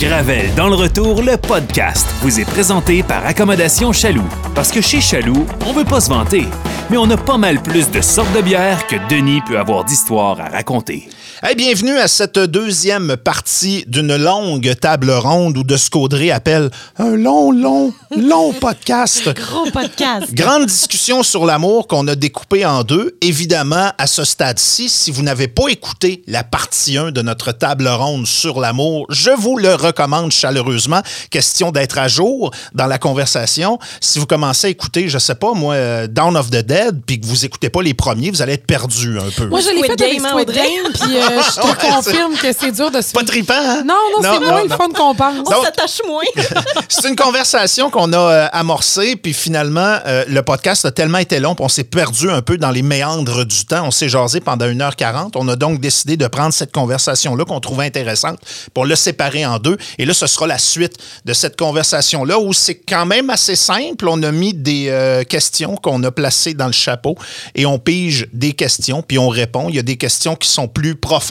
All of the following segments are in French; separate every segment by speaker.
Speaker 1: Gravel dans le retour, le podcast vous est présenté par Accommodation Chaloux. Parce que chez Chaloux, on veut pas se vanter, mais on a pas mal plus de sortes de bières que Denis peut avoir d'histoires à raconter.
Speaker 2: Hey, bienvenue à cette deuxième partie d'une longue table ronde ou de ce qu'Audrey appelle un long, long, long podcast.
Speaker 3: Gros podcast.
Speaker 2: Grande discussion sur l'amour qu'on a découpé en deux. Évidemment, à ce stade-ci, si vous n'avez pas écouté la partie 1 de notre table ronde sur l'amour, je vous le recommande chaleureusement. Question d'être à jour dans la conversation. Si vous commencez à écouter, je sais pas, moi, euh, Down of the Dead, puis que vous écoutez pas les premiers, vous allez être perdu un peu.
Speaker 3: Moi, je l'ai
Speaker 4: Squid
Speaker 3: fait avec
Speaker 4: Game, hein,
Speaker 3: Squid
Speaker 4: Audrey?
Speaker 3: Game, puis euh, je te
Speaker 2: Ouais, c'est-
Speaker 3: confirme que c'est dur de se...
Speaker 2: Pas trippant, hein?
Speaker 3: Non, non, c'est moins le
Speaker 2: non.
Speaker 3: fun qu'on pense.
Speaker 2: Non.
Speaker 4: On s'attache moins.
Speaker 2: C'est une conversation qu'on a euh, amorcée, puis finalement, euh, le podcast a tellement été long, puis on s'est perdu un peu dans les méandres du temps. On s'est jasé pendant 1h40. On a donc décidé de prendre cette conversation-là qu'on trouvait intéressante pour le séparer en deux. Et là, ce sera la suite de cette conversation-là où c'est quand même assez simple. On a mis des euh, questions qu'on a placées dans le chapeau et on pige des questions, puis on répond. Il y a des questions qui sont plus profondes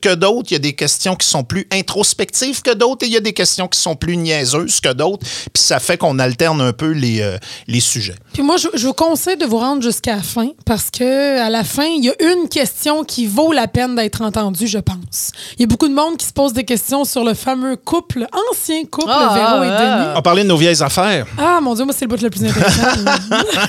Speaker 2: que d'autres. Il y a des questions qui sont plus introspectives que d'autres. Et il y a des questions qui sont plus niaiseuses que d'autres. Puis ça fait qu'on alterne un peu les, euh, les sujets.
Speaker 3: Puis moi, je, je vous conseille de vous rendre jusqu'à la fin parce que à la fin, il y a une question qui vaut la peine d'être entendue, je pense. Il y a beaucoup de monde qui se pose des questions sur le fameux couple, ancien couple,
Speaker 4: Ah,
Speaker 3: Véro et
Speaker 4: ah,
Speaker 3: Denis.
Speaker 2: On parlait de nos vieilles affaires.
Speaker 3: Ah, mon Dieu, moi, c'est le bout le plus intéressant.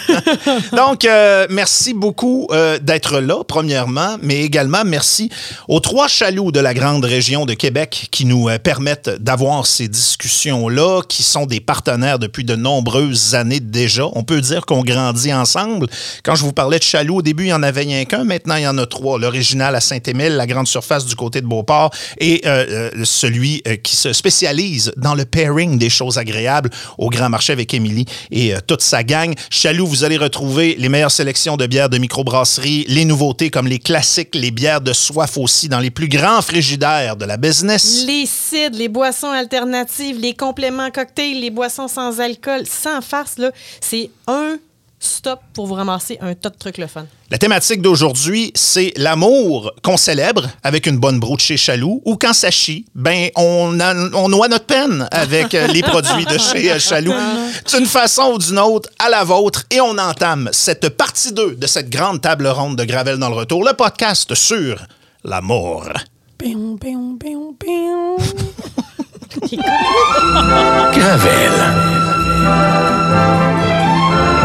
Speaker 2: Donc, euh, merci beaucoup euh, d'être là, premièrement, mais également merci aux trois chaloux de la grande région de Québec qui nous euh, permettent d'avoir ces discussions-là, qui sont des partenaires depuis de nombreuses années déjà. On peut dire qu'on grandit ensemble. Quand je vous parlais de chaloux, au début, il n'y en avait rien qu'un. Maintenant, il y en a trois. L'original à Saint-Émile, la grande surface du côté de Beauport et euh, euh, celui euh, qui se spécialise dans le pairing des choses agréables au Grand Marché avec Émilie et euh, toute sa gang. Chaloux, vous allez retrouver les meilleures sélections de bières de microbrasserie, les nouveautés comme les classiques, les bières de soif aussi dans les plus grands frigidaires de la business.
Speaker 4: les cides, les boissons alternatives, les compléments cocktails, les boissons sans alcool, sans farce, là, c'est un stop pour vous ramasser un tas de trucs le fun.
Speaker 2: La thématique d'aujourd'hui, c'est l'amour qu'on célèbre avec une bonne broue de chez Chaloux ou quand ça chie, ben on, a- on noie notre peine avec euh, les produits de chez euh, Chaloux. D'une façon ou d'une autre, à la vôtre, et on entame cette partie 2 de cette grande table ronde de Gravel dans le retour, le podcast sur l'amour.
Speaker 3: Péon, péon, péon, péon.
Speaker 5: Gravel.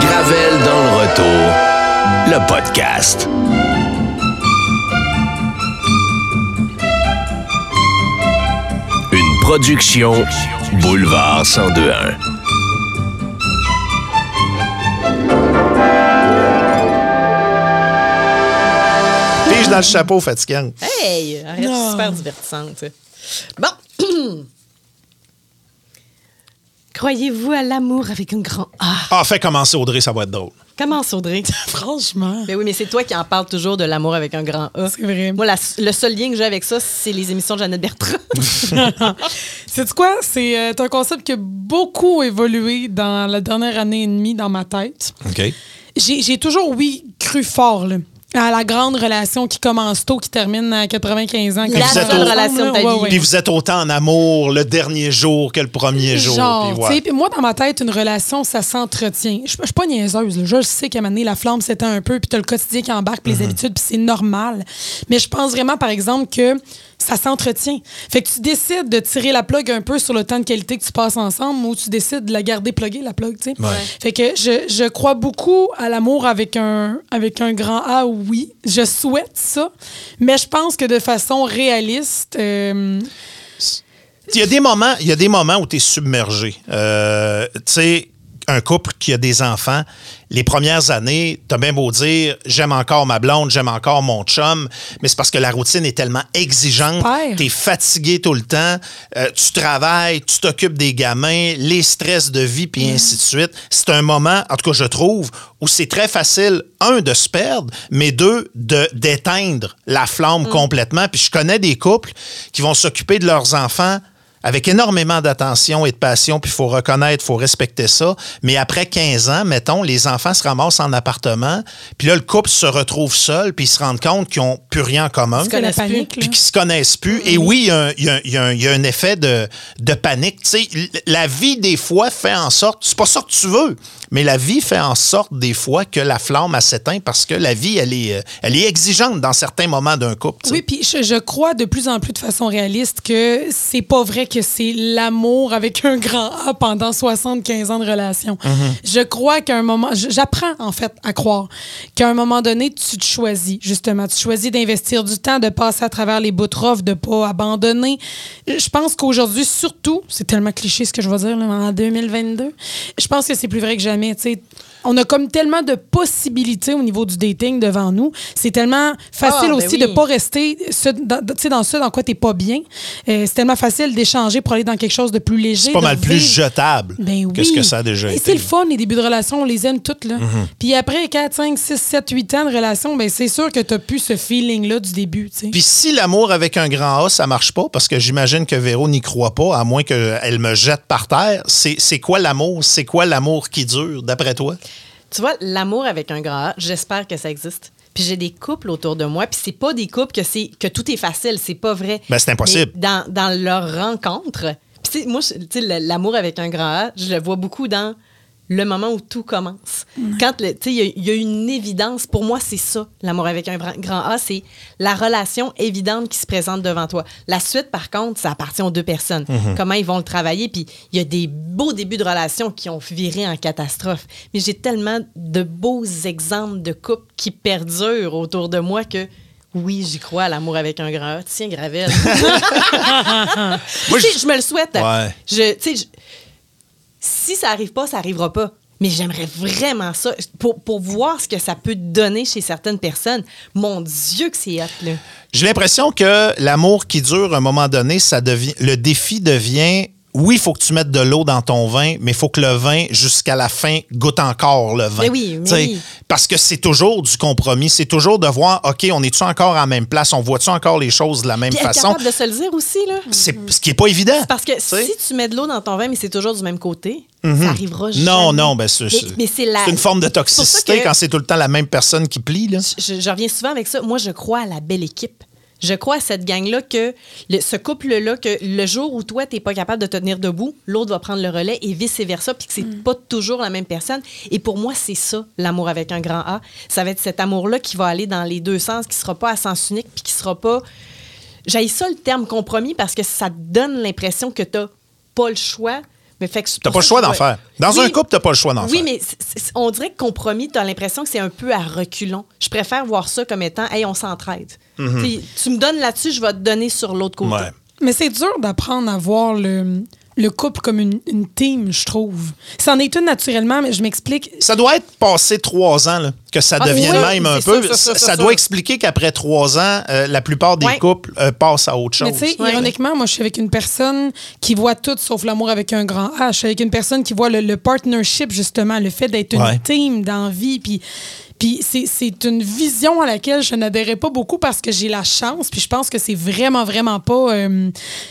Speaker 5: Gravel dans le retour, le podcast. Une production Boulevard 1021.
Speaker 2: Pige dans le chapeau, fatigant.
Speaker 4: Hey! Arrête,
Speaker 3: Non.
Speaker 4: c'est super divertissante. ça. Bon! Croyez-vous à l'amour avec un grand A?
Speaker 2: Ah, fais commencer Audrey, ça va être drôle.
Speaker 4: Comment, Audrey?
Speaker 3: Franchement.
Speaker 4: Ben oui, mais c'est toi qui en parles toujours de l'amour avec un grand A.
Speaker 3: C'est vrai.
Speaker 4: Moi, la- le seul lien que j'ai avec ça, c'est les émissions de Jeannette Bertrand.
Speaker 3: C'est quoi? C'est euh, un concept qui a beaucoup évolué dans la dernière année et demie dans ma tête.
Speaker 2: OK.
Speaker 3: J'ai j'ai toujours, oui, cru fort là, à la grande relation qui commence tôt, qui termine à 95 ans.
Speaker 4: La
Speaker 2: seule
Speaker 3: Quand on se rencontre,
Speaker 4: relation de ta
Speaker 3: là,
Speaker 4: vie.
Speaker 2: Puis vous êtes autant en amour le dernier jour que le premier jour.
Speaker 3: Genre,
Speaker 2: puis voilà.
Speaker 3: tu sais, puis moi, dans ma tête, une relation, ça s'entretient. Je je suis pas niaiseuse. là. Je sais qu'à un moment donné, la flamme s'éteint un peu, puis t'as le quotidien qui embarque, puis les habitudes, puis c'est normal. Mais je pense vraiment, par exemple, que ça s'entretient. Fait que tu décides de tirer la plug un peu sur le temps de qualité que tu passes ensemble ou tu décides de la garder pluguée, la plug, tu sais. Fait que je, je crois beaucoup à l'amour avec un, avec un grand A, oui. Je souhaite ça, mais je pense que de façon réaliste... euh,
Speaker 2: Il y a des moments, il y a des moments où tu es submergé. Euh, tu sais, un couple qui a des enfants, les premières années, t'as bien beau dire j'aime encore ma blonde, j'aime encore mon chum, mais c'est parce que la routine est tellement exigeante,
Speaker 3: Super.
Speaker 2: t'es fatigué tout le temps, euh, tu travailles, tu t'occupes des gamins, les stress de vie, puis ainsi de suite. C'est un moment, en tout cas je trouve, où c'est très facile, un, de se perdre, mais deux, de d'éteindre la flamme complètement. Puis je connais des couples qui vont s'occuper de leurs enfants avec énormément d'attention et de passion, puis il faut reconnaître, il faut respecter ça. Mais après 15 ans, mettons, les enfants se ramassent en appartement, puis là, le couple se retrouve seul, puis ils se rendent compte qu'ils n'ont plus rien en commun.
Speaker 4: Ils se connaissent plus.
Speaker 2: Puis qu'ils se connaissent plus. Et oui, il y a un- il y, a un- il y a un- il y a un effet de, de panique. Tu sais, l- la vie, des fois, fait en sorte. C'est pas ça que tu veux, mais la vie fait en sorte, des fois, que la flamme elle s'éteint parce que la vie, elle est, euh, elle est exigeante dans certains moments d'un couple. tu sais.
Speaker 3: Oui, puis je, je crois de plus en plus de façon réaliste que c'est pas vrai que c'est l'amour avec un grand A pendant 75 ans de relation. Je crois qu'à un moment, j- j'apprends en fait à croire qu'à un moment donné, tu te choisis justement. Tu choisis d'investir du temps, de passer à travers les bouts de rough, de pas abandonner. Je pense qu'aujourd'hui, surtout, c'est tellement cliché ce que je vais dire là, en 2022, je pense que c'est plus vrai que jamais. tu sais. On a comme tellement de possibilités au niveau du dating devant nous. C'est tellement facile
Speaker 4: Ah, ben
Speaker 3: aussi de
Speaker 4: oui.
Speaker 3: pas rester ce- dans, tu sais, dans ce dans quoi t'es pas bien. Euh, c'est tellement facile d'échanger pour aller dans quelque chose de plus léger.
Speaker 2: C'est pas
Speaker 3: de
Speaker 2: mal plus
Speaker 3: vivre.
Speaker 2: jetable
Speaker 3: Ben oui.
Speaker 2: que ce que ça a déjà
Speaker 3: Et
Speaker 2: été. Mm-hmm.
Speaker 3: c'est le fun, les débuts de relation, on les aime toutes. Là. Puis après 4, 5, 6, 7, 8 ans de relation, ben c'est sûr que t'as plus ce feeling-là du début. tu sais.
Speaker 2: Puis si l'amour avec un grand A, ça marche pas, parce que j'imagine que Véro n'y croit pas, à moins qu'elle me jette par terre, c'est c'est quoi l'amour? C'est quoi l'amour qui dure, d'après toi?
Speaker 4: Tu vois, l'amour avec un grand A, j'espère que ça existe. Puis j'ai des couples autour de moi, puis c'est pas des couples que c'est que tout est facile, c'est pas vrai.
Speaker 2: Ben, c'est impossible.
Speaker 4: Mais Dans, dans leur rencontre, puis tu sais, moi, je- tu sais, le- l'amour avec un grand A, je le vois beaucoup dans le moment où tout commence. Quand, le- tu sais, il y, a- il y a une évidence, pour moi, c'est ça, l'amour avec un grand grand A, c'est la relation évidente qui se présente devant toi. La suite, par contre, ça appartient aux deux personnes. Comment ils vont le travailler, puis il y a des beaux débuts de relations qui ont viré en catastrophe. Mais j'ai tellement de beaux exemples de couples qui perdurent autour de moi que... Oui, j'y crois, à l'amour avec un grand A. Tiens, Gravel. Tu sais, je me le souhaite.
Speaker 2: Ouais.
Speaker 4: Je, tu sais, je- si ça arrive pas, ça arrivera pas. Mais j'aimerais vraiment ça pour, pour voir ce que ça peut donner chez certaines personnes. Mon Dieu que c'est hot, là.
Speaker 2: J'ai l'impression que l'amour qui dure, à un moment donné, ça devient le défi devient oui, il faut que tu mettes de l'eau dans ton vin, mais il faut que le vin, jusqu'à la fin, goûte encore le vin.
Speaker 4: Mais oui, mais
Speaker 2: Tu sais,
Speaker 4: oui.
Speaker 2: Parce que c'est toujours du compromis. C'est toujours de voir, OK, on est-tu encore à la même place? On voit-tu encore les choses de la même
Speaker 4: Puis être
Speaker 2: façon?
Speaker 4: capable de se le dire aussi, là.
Speaker 2: C'est ce qui n'est pas évident.
Speaker 4: Parce que
Speaker 2: Tu sais? Mhm.
Speaker 4: si tu mets de l'eau dans ton vin, mais c'est toujours du même côté, ça arrivera jamais.
Speaker 2: Non, non, ben c'est,
Speaker 4: Mais-
Speaker 2: c'est-
Speaker 4: mais c'est la-
Speaker 2: c'est une forme de
Speaker 4: C'est pour
Speaker 2: toxicité
Speaker 4: ça que-
Speaker 2: quand c'est tout le temps la même personne qui plie. Là.
Speaker 4: je, je reviens souvent avec ça. Moi, je crois à la belle équipe. Je crois à cette gang-là que le- ce couple-là, que le jour où toi, tu pas capable de te tenir debout, l'autre va prendre le relais et vice-versa, puis que c'est pas toujours la même personne. Et pour moi, c'est ça, l'amour avec un grand A. Ça va être cet amour-là qui va aller dans les deux sens, qui sera pas à sens unique, puis qui sera pas. J'aille ça le terme compromis parce que ça te donne l'impression que tu pas le choix. Mais fait que c'est
Speaker 2: T'as pas
Speaker 4: pour
Speaker 2: le
Speaker 4: ça
Speaker 2: choix
Speaker 4: que-
Speaker 2: d'en faire. Dans un couple, t'as pas le choix d'en
Speaker 4: oui,
Speaker 2: faire.
Speaker 4: mais c- c- on dirait que compromis, t'as l'impression que c'est un peu à reculons. Je préfère voir ça comme étant, hey, on s'entraide. Tu sais, Tu me donnes là-dessus, je vais te donner sur l'autre côté.
Speaker 2: Mhm. Ouais.
Speaker 3: Mais c'est dur d'apprendre à voir le, le couple comme une, une team, je trouve. C'en est une naturellement, mais je m'explique.
Speaker 2: Ça doit être passé trois ans là, que ça
Speaker 4: Ah,
Speaker 2: devienne
Speaker 4: oui,
Speaker 2: même un
Speaker 4: c'est
Speaker 2: peu.
Speaker 4: ça, ça, ça, ça,
Speaker 2: doit
Speaker 4: ça.
Speaker 2: expliquer qu'après trois ans, euh, la plupart des
Speaker 4: Ouais.
Speaker 2: couples euh, passent à autre chose.
Speaker 3: Mais tu sais,
Speaker 4: Ouais.
Speaker 3: ironiquement, moi, je suis avec une personne qui voit tout sauf l'amour avec un grand H. Je suis avec une personne qui voit le, le partnership, justement, le fait d'être une
Speaker 2: Ouais.
Speaker 3: team dans la vie. Puis, puis c'est, c'est une vision à laquelle je n'adhérais pas beaucoup parce que j'ai la chance. Puis je pense que c'est vraiment, vraiment pas. euh,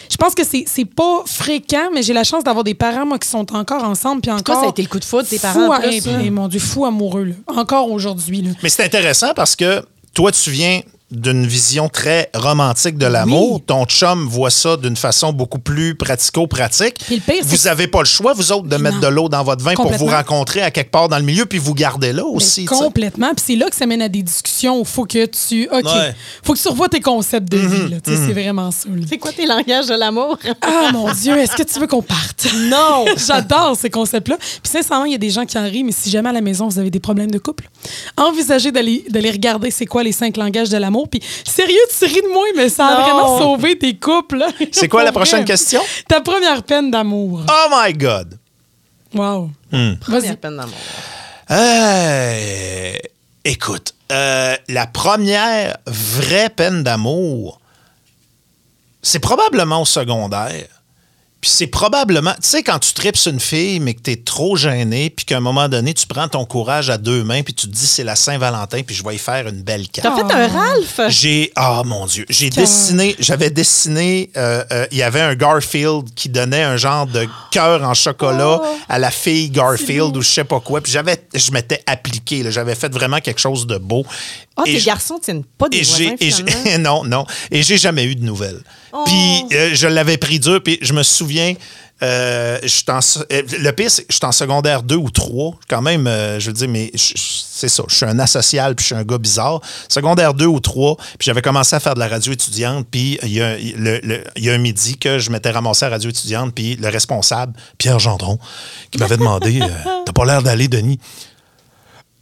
Speaker 3: je pense que c'est, c'est pas fréquent, mais j'ai la chance d'avoir des parents, moi, qui sont encore ensemble. Puis encore.
Speaker 4: ça a été le coup de foudre, tes
Speaker 3: fou
Speaker 4: parents, en
Speaker 3: à-
Speaker 4: plus,
Speaker 3: eh,
Speaker 4: là.
Speaker 3: puis, mon Dieu, fou amoureux, là. Encore aujourd'hui, là.
Speaker 2: Mais c'est intéressant parce que toi, tu viens d'une vision très romantique de l'amour.
Speaker 3: Oui.
Speaker 2: Ton chum voit ça d'une façon beaucoup plus pratico-pratique.
Speaker 3: Puis le pire, c'est
Speaker 2: vous
Speaker 3: que-
Speaker 2: avez pas le choix, vous autres, de mettre de l'eau dans votre vin pour vous
Speaker 3: Complètement.
Speaker 2: rencontrer à quelque part dans le milieu, puis vous gardez là
Speaker 3: Mais
Speaker 2: aussi. tu sais.
Speaker 3: complètement. Puis c'est là que ça mène à des discussions où faut que tu. OK.
Speaker 2: Ouais. Mm-hmm,
Speaker 3: Faut que tu revois tes concepts de vie. là. Tu sais, C'est vraiment ça. là.
Speaker 4: C'est quoi tes langages de l'amour?
Speaker 3: Ah mon Dieu, est-ce que tu veux qu'on parte? Non! J'adore ces concepts-là. Puis sincèrement, il y a des gens qui en rient, mais si jamais à la maison vous avez des problèmes de couple, envisagez d'aller d'aller regarder c'est quoi les cinq langages de l'amour. Puis sérieux, tu ris de moi, mais ça a
Speaker 4: Non.
Speaker 3: vraiment sauvé tes couples.
Speaker 2: C'est quoi la
Speaker 3: Pour
Speaker 2: prochaine
Speaker 3: vrai.
Speaker 2: question?
Speaker 3: Ta première peine d'amour.
Speaker 4: Ah!
Speaker 2: Oh my God! Hmm.
Speaker 3: Wow.
Speaker 4: Première
Speaker 3: Vas-y.
Speaker 4: peine d'amour.
Speaker 2: Euh, écoute, euh, la première vraie peine d'amour, c'est probablement au secondaire. Puis c'est probablement, tu sais, quand tu tripes sur une fille, mais que t'es trop gêné, puis qu'à un moment donné, tu prends ton courage à deux mains, puis tu te dis, c'est la Saint-Valentin, puis je vais y faire une belle carte.
Speaker 4: T'as fait un Ralph?
Speaker 2: J'ai ah mon dieu, j'ai dessiné, j'avais dessiné, euh, euh, il y avait un Garfield qui donnait un genre de cœur en chocolat
Speaker 4: Oh!
Speaker 2: à la fille Garfield ou je sais pas quoi. Puis j'avais, je m'étais appliqué, là. j'avais fait vraiment quelque chose de beau.
Speaker 4: Ah,
Speaker 2: Et
Speaker 4: tes
Speaker 2: je-
Speaker 4: garçons tiennent pas des
Speaker 2: et
Speaker 4: voisins,
Speaker 2: j'ai et j'ai-
Speaker 4: finalement. Oh.
Speaker 2: non non et j'ai jamais eu de nouvelles. Puis euh, je l'avais pris dur puis je me souviens euh, je suis en se- euh, le pire c'est que je suis en secondaire 2 ou 3 quand même euh, je veux dire mais je- je- c'est ça je suis un asocial puis je suis un gars bizarre secondaire 2 ou 3 puis j'avais commencé à faire de la radio étudiante puis il y a le- le- il y a un midi que je m'étais ramassé à la radio étudiante puis le responsable Pierre Gendron qui m'avait demandé euh, t'as pas l'air d'aller Denis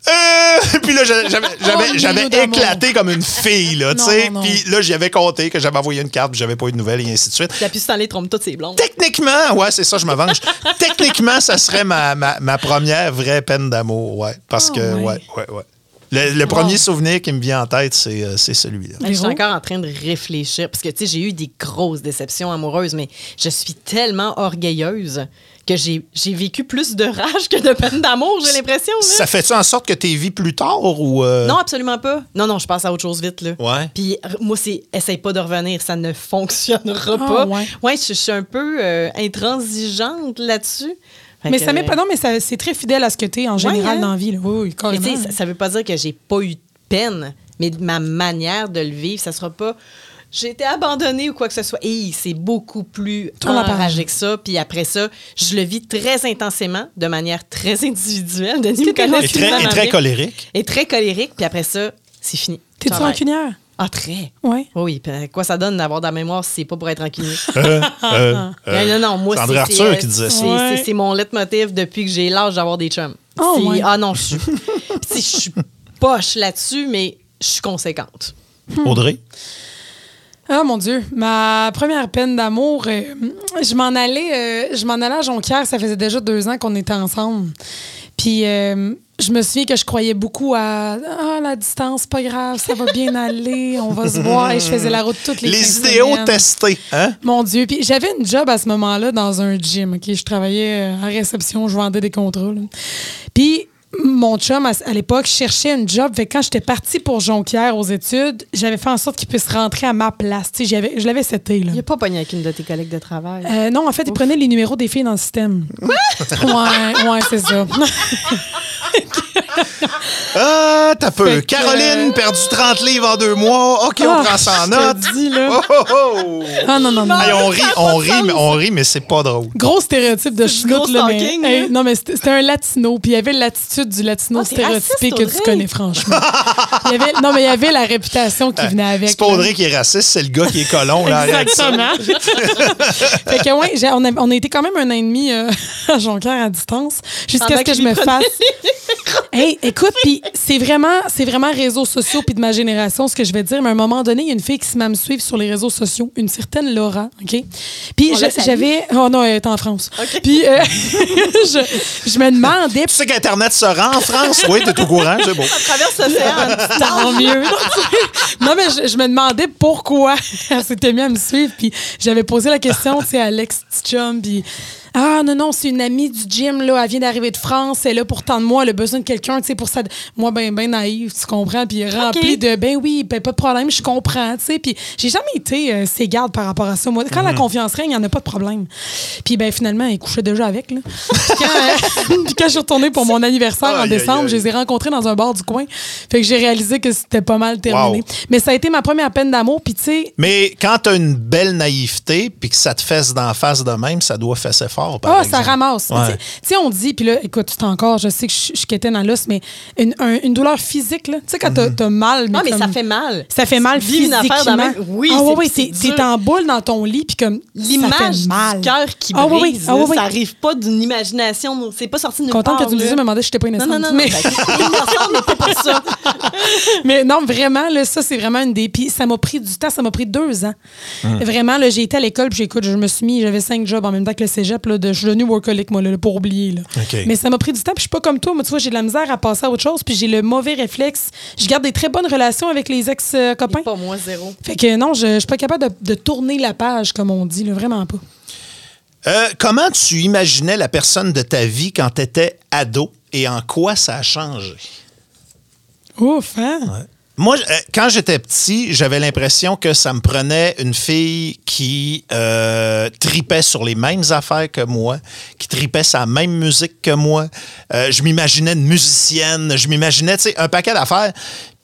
Speaker 2: Euh, puis là, j'a- j'avais-
Speaker 3: Oh,
Speaker 2: j'avais
Speaker 3: mais
Speaker 2: j'avais
Speaker 3: nous d'amour.
Speaker 2: éclaté comme une fille, là, tu
Speaker 3: Non,
Speaker 2: sais.
Speaker 3: non, non.
Speaker 2: Puis là, j'y avais compté que j'avais envoyé une carte, puis j'avais pas eu de nouvelles, et ainsi de suite.
Speaker 4: La puce dans les trompes, toutes ces blondes.
Speaker 2: Techniquement, ouais, c'est ça, je me venge. Techniquement, ça serait ma, ma, ma première vraie peine d'amour, ouais. Parce
Speaker 3: Oh,
Speaker 2: que,
Speaker 3: ouais.
Speaker 2: ouais, ouais, ouais. Le, le premier souvenir qui me vient en tête, c'est euh, c'est celui-là.
Speaker 4: Hey, Je suis
Speaker 3: Véro?
Speaker 4: encore en train de réfléchir parce que tu sais, j'ai eu des grosses déceptions amoureuses, mais je suis tellement orgueilleuse que j'ai j'ai vécu plus de rage que de peine d'amour, j'ai l'impression. là.
Speaker 2: Ça fait-tu en sorte que t'es vie plus tard ou. euh,
Speaker 4: Non, absolument pas. Non, non, je passe à autre chose vite, là.
Speaker 2: Ouais.
Speaker 4: Puis r- moi, c'est essaye pas de revenir, ça ne fonctionnera
Speaker 3: Ah,
Speaker 4: pas.
Speaker 3: ouais.
Speaker 4: je, je suis un peu euh, intransigeante là-dessus. Fait
Speaker 3: Mais
Speaker 4: que,
Speaker 3: ça m'est pas.
Speaker 4: euh,
Speaker 3: Non, mais ça- c'est très fidèle à ce que tu es en général
Speaker 4: hein?
Speaker 3: dans la vie. là. Oui, oui,
Speaker 4: mais
Speaker 3: carrément.
Speaker 4: tu sais, ça, ça veut pas dire que j'ai pas eu de peine, mais ma manière de le vivre, ça sera pas. J'ai été abandonnée ou quoi que ce soit. Et c'est beaucoup plus
Speaker 3: Tourne la page.
Speaker 4: enragé que ça. Puis après ça, je le vis très intensément, de manière très individuelle. Denis
Speaker 3: que
Speaker 4: me
Speaker 3: t'es
Speaker 4: connaît
Speaker 2: Et très, et
Speaker 4: tellement
Speaker 2: très
Speaker 4: bien.
Speaker 2: colérique.
Speaker 4: Et très colérique. Puis après ça, c'est fini.
Speaker 3: T'es-tu
Speaker 4: J'arrête.
Speaker 3: rancunière?
Speaker 4: Ah, très.
Speaker 3: Oui.
Speaker 4: Oui, oui. Puis euh, quoi ça donne d'avoir de la mémoire si c'est pas pour être rancunier?
Speaker 2: Euh, euh, euh,
Speaker 4: non, non, moi,
Speaker 2: c'est
Speaker 4: c'est.
Speaker 2: André
Speaker 4: c'est,
Speaker 2: Arthur
Speaker 4: euh,
Speaker 2: qui disait ça.
Speaker 4: c'est-
Speaker 3: Ouais.
Speaker 4: c'est- C'est mon leitmotiv depuis que j'ai l'âge d'avoir des chums.
Speaker 3: Oh,
Speaker 4: C'est-
Speaker 3: ouais.
Speaker 4: Ah non, je suis. Puis tu sais, je suis poche là-dessus, mais je suis conséquente.
Speaker 2: Audrey?
Speaker 3: Ah mon Dieu, ma première peine d'amour, euh, je m'en allais, euh, je m'en allais à Jonquière, ça faisait déjà deux ans qu'on était ensemble. Puis euh, je me souviens que je croyais beaucoup à ah la distance, pas grave, ça va bien aller, on va se voir. Et je faisais la route toutes les
Speaker 2: Les,
Speaker 3: fins de
Speaker 2: idéaux
Speaker 3: semaine.
Speaker 2: testés, hein?
Speaker 3: Mon Dieu, puis j'avais une job à ce moment-là dans un gym, OK? Je travaillais euh, en réception, je vendais des contrôles. Puis mon chum, à, à l'époque, cherchait une job. Fait que quand j'étais partie pour Jonquière aux études, j'avais fait en sorte qu'il puisse rentrer à ma place. Tu sais, j'avais- je l'avais seté, là.
Speaker 4: Il n'y a pas pogné avec une de tes collègues de travail.
Speaker 3: Euh, non, en fait, il prenait les numéros des filles dans le système. ouais, ouais, c'est ça.
Speaker 2: Ah, t'as peu.
Speaker 3: Fait que- euh,
Speaker 2: Caroline, perdu 30 livres en deux mois. OK, on
Speaker 3: Ah,
Speaker 2: prend ça en
Speaker 3: je te
Speaker 2: note.
Speaker 3: dis, là.
Speaker 2: Oh, oh, oh.
Speaker 3: Ah non, non, non.
Speaker 2: Hey, on rit, on rit, mais on rit, mais c'est pas drôle.
Speaker 3: Gros stéréotype de chenoute,
Speaker 4: gros
Speaker 3: là, mais,
Speaker 4: stalking,
Speaker 3: hey,
Speaker 4: là.
Speaker 3: Non, mais c'était c'était un latino, puis il y avait l'attitude du latino
Speaker 4: Ah, t'es
Speaker 3: stéréotypé
Speaker 4: raciste,
Speaker 3: que tu
Speaker 4: Audrey.
Speaker 3: connais, franchement. Il y avait, non, mais il y avait la réputation qui venait avec.
Speaker 2: C'est pas
Speaker 3: là.
Speaker 2: Audrey qui est raciste, c'est le gars qui est colon. Là, arrête ça.
Speaker 3: Exactement. fait que, ouais, j'ai- on a, on a été quand même un an et demi euh, à Jonquière à distance, jusqu'à
Speaker 4: Pendant
Speaker 3: ce que
Speaker 4: qu'il
Speaker 3: je me
Speaker 4: lui prenait
Speaker 3: fasse. hey, écoute, puis c'est vraiment, c'est vraiment réseaux sociaux puis de ma génération ce que je vais dire, mais à un moment donné, il y a une fille qui se met à me suivre sur les réseaux sociaux, une certaine Laura, OK? Puis
Speaker 4: On
Speaker 3: je-
Speaker 4: la salue.
Speaker 3: j'avais. Oh non, elle est en France. Puis euh, je, je me demandais.
Speaker 2: Tu sais qu'Internet se rend en France? Oui, t'es au courant, c'est beau.
Speaker 4: Traverse l'océan.
Speaker 3: Tant mieux. non, mais je, je me demandais pourquoi elle s'était mise à me suivre. Puis j'avais posé la question, tu sais, à Alex petit chum Puis, ah, non, non, c'est une amie du gym, là. Elle vient d'arriver de France. Elle est là pour tant de moi. Elle a besoin de quelqu'un, tu sais, pour ça. Moi, ben, ben naïve, tu comprends. Puis rempli de, ben oui, ben pas de problème, je comprends, tu sais. Puis j'ai jamais été euh, ségarde par rapport à ça. Moi, quand la
Speaker 2: Mm.
Speaker 3: confiance règne, il n'y en a pas de problème. Puis, ben, finalement, elle couchait déjà avec, là. Puis quand, euh, puis quand je suis retournée pour mon anniversaire en
Speaker 2: Aïe, aïe,
Speaker 3: décembre,
Speaker 2: aïe.
Speaker 3: je les ai rencontrés dans un bar du coin. Fait que j'ai réalisé que c'était pas mal terminé.
Speaker 2: Wow.
Speaker 3: Mais ça a été ma première peine d'amour. Puis, tu sais,
Speaker 2: Mais quand t'as une belle naïveté puis que ça te fesse d'en face de même, ça doit fesser fort. par
Speaker 3: ah, ça
Speaker 2: exemple.
Speaker 3: ramasse.
Speaker 2: Ouais.
Speaker 3: Tu sais- Tu sais, on dit, puis là, écoute, c'est encore, je sais que je je quétais dans l'os, mais une, un- une douleur physique, là. Tu sais, quand
Speaker 2: Mhm.
Speaker 3: t'as t'as mal.
Speaker 4: Ah, mais
Speaker 3: comme-
Speaker 4: ça fait mal.
Speaker 3: Ça fait mal
Speaker 4: Vivre une
Speaker 3: physiquement.
Speaker 4: affaire de même, oui,
Speaker 3: ah,
Speaker 4: c'est-
Speaker 3: ouais, ouais,
Speaker 4: c'est
Speaker 3: t'es- t'es
Speaker 4: dur.
Speaker 3: en boule dans ton lit, puis comme. ça fait
Speaker 4: L'image du
Speaker 3: mal.
Speaker 4: cœur qui
Speaker 3: Ah, ouais,
Speaker 4: brise,
Speaker 3: ouais, ah, ouais,
Speaker 4: là,
Speaker 3: ouais.
Speaker 4: ça arrive pas d'une imagination. C'est pas sorti de nulle
Speaker 3: Contente que
Speaker 4: part,
Speaker 3: tu me dises,
Speaker 4: là.
Speaker 3: me demandais si j'étais pas
Speaker 4: Non,
Speaker 3: innocente.
Speaker 4: non, non, non.
Speaker 3: mais...
Speaker 4: ben, innocente, mais pas pour ça.
Speaker 3: Mais non, vraiment, là, ça, c'est vraiment une des. Puis ça m'a pris du temps, ça m'a pris deux ans. Vraiment, là, j'ai été à l'école, puis j'écoute, je me suis mis, j'avais cinq jobs en même temps que le cégep, là, de, je suis devenue workaholic, moi, là, pour oublier, là.
Speaker 2: OK.
Speaker 3: Mais ça m'a pris du temps, puis je suis pas comme toi, moi, tu vois, j'ai de la misère à passer à autre chose, puis j'ai le mauvais réflexe. Je garde des très bonnes relations avec les ex-copains.
Speaker 4: Pas moi, zéro.
Speaker 3: Fait que non, je, je suis pas capable de, de tourner la page, comme on dit, là, vraiment pas.
Speaker 2: Euh, comment tu imaginais la personne de ta vie quand tu étais ado et en quoi ça a changé?
Speaker 3: Ouf, hein?
Speaker 2: Moi, euh, quand j'étais petit, j'avais l'impression que ça me prenait une fille qui euh, tripait sur les mêmes affaires que moi, qui tripait sa même musique que moi. Euh, je m'imaginais une musicienne, je m'imaginais, tu sais, un paquet d'affaires.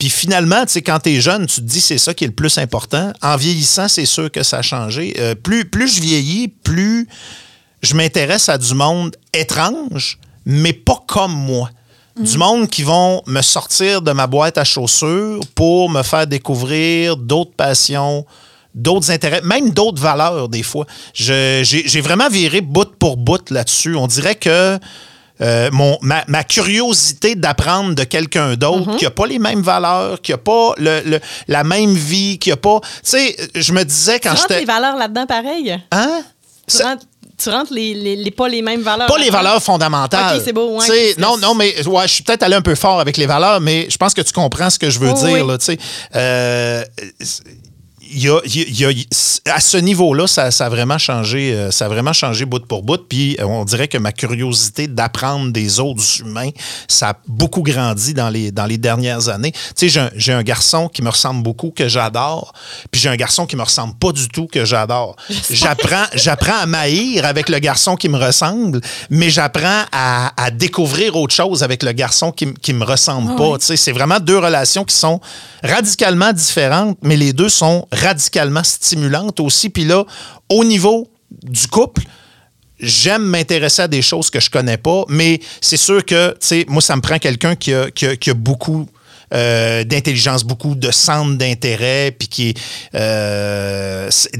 Speaker 2: Puis finalement, tu sais, quand t'es jeune, tu te dis c'est ça qui est le plus important. En vieillissant, c'est sûr que ça a changé. Euh, plus, plus je vieillis, plus je m'intéresse à du monde étrange, mais pas comme moi. Du monde qui vont me sortir de ma boîte à chaussures pour me faire découvrir d'autres passions, d'autres intérêts, même d'autres valeurs des fois. Je- J'ai j'ai vraiment viré bout pour bout là-dessus. On dirait que euh, mon, ma, ma curiosité d'apprendre de quelqu'un d'autre
Speaker 4: Mhm.
Speaker 2: qui n'a pas les mêmes valeurs, qui n'a pas le- le- la même vie, qui n'a pas... Tu sais, je me disais quand
Speaker 4: tu rentres les
Speaker 2: j'étais...
Speaker 4: valeurs là-dedans pareil?
Speaker 2: Hein?
Speaker 4: Tu
Speaker 2: Ça-
Speaker 4: rentres, tu rentres les, les- les- pas les mêmes valeurs.
Speaker 2: Pas les
Speaker 4: là-dedans?
Speaker 2: valeurs fondamentales.
Speaker 4: Ok, c'est beau, ouais.
Speaker 2: Tu sais, non, non, mais ouais, je suis peut-être allé un peu fort avec les valeurs, mais je pense que tu comprends ce que je veux
Speaker 4: Oui,
Speaker 2: dire.
Speaker 4: oui.
Speaker 2: là, tu sais. Euh, il y a- il y a- il y a- à ce niveau-là, ça, ça a vraiment changé, euh, ça a vraiment changé bout pour bout. Puis euh, on dirait que ma curiosité d'apprendre des autres humains, ça a beaucoup grandi dans les, dans les dernières années. Tu sais, j'ai un- j'ai un, garçon qui me ressemble beaucoup, que j'adore, puis j'ai un garçon qui me ressemble pas du tout, que j'adore. J'apprends j'apprends à m'haïr avec le garçon qui me ressemble, mais j'apprends à, à découvrir autre chose avec le garçon qui, m- qui me ressemble pas. Tu sais, C'est vraiment deux relations qui sont radicalement différentes, mais les deux sont radicalement stimulantes aussi. Puis là, au niveau du couple, j'aime m'intéresser à des choses que je connais pas, mais c'est sûr que, tu sais, moi, ça me prend quelqu'un qui a, qui a- qui a beaucoup euh, d'intelligence, beaucoup de centres d'intérêt, puis qui est... euh, c'est-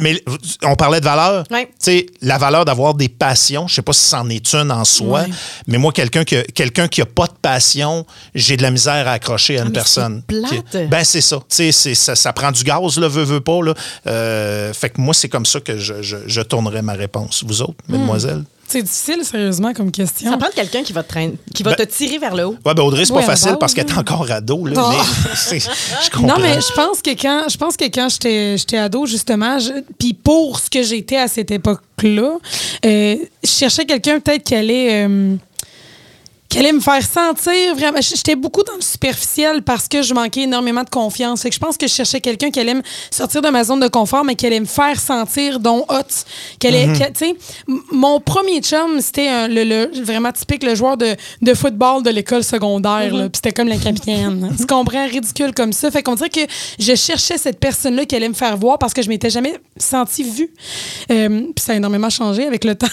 Speaker 2: mais on parlait de valeur.
Speaker 4: Ouais.
Speaker 2: Tu sais, la valeur d'avoir des passions, je sais pas si c'en est une en soi, mais moi, quelqu'un qui a, quelqu'un qui a pas de passion, j'ai de la misère à accrocher à une
Speaker 4: mais
Speaker 2: personne.
Speaker 4: c'est
Speaker 2: Qui-
Speaker 4: plate.
Speaker 2: ben, c'est ça. Tu sais, c'est- ça. Ça prend du gaz, là, veut, veut pas. Là. Euh, fait que moi, c'est comme ça que je, je, je tournerai ma réponse. Vous autres,
Speaker 4: Hmm.
Speaker 2: mademoiselle?
Speaker 3: C'est difficile, sérieusement, comme question.
Speaker 4: Ça prend quelqu'un qui va te traîner, qui va
Speaker 2: Ben-
Speaker 4: te tirer vers le haut.
Speaker 2: Ouais, ben Audrey, c'est
Speaker 3: Ouais,
Speaker 2: pas
Speaker 3: à
Speaker 2: facile
Speaker 3: base,
Speaker 2: parce qu'elle
Speaker 3: là.
Speaker 2: est encore ado. Là,
Speaker 3: Bon.
Speaker 4: Ah.
Speaker 2: mais c'est- je comprends.
Speaker 3: Non, mais je pense que quand je pense que quand j'étais j'étais ado, justement, je- puis pour ce que j'étais à cette époque-là, euh, je cherchais quelqu'un peut-être qui allait. euh, qui allait me faire sentir vraiment. j- J'étais beaucoup dans le superficiel parce que je manquais énormément de confiance. Fait que je pense que je cherchais quelqu'un qui allait me sortir de ma zone de confort, mais qui allait me faire sentir donc hot. Qui allait- qui- tu sais, m- mon premier chum, c'était un- le, le- vraiment typique, le joueur de, de football de l'école secondaire. là. Puis c'était comme la capitaine. tu comprends? Ridicule comme ça. Fait qu'on dirait que je cherchais cette personne-là qui allait me faire voir parce que je m'étais jamais sentie vue. Euh, Puis ça a énormément changé avec le temps.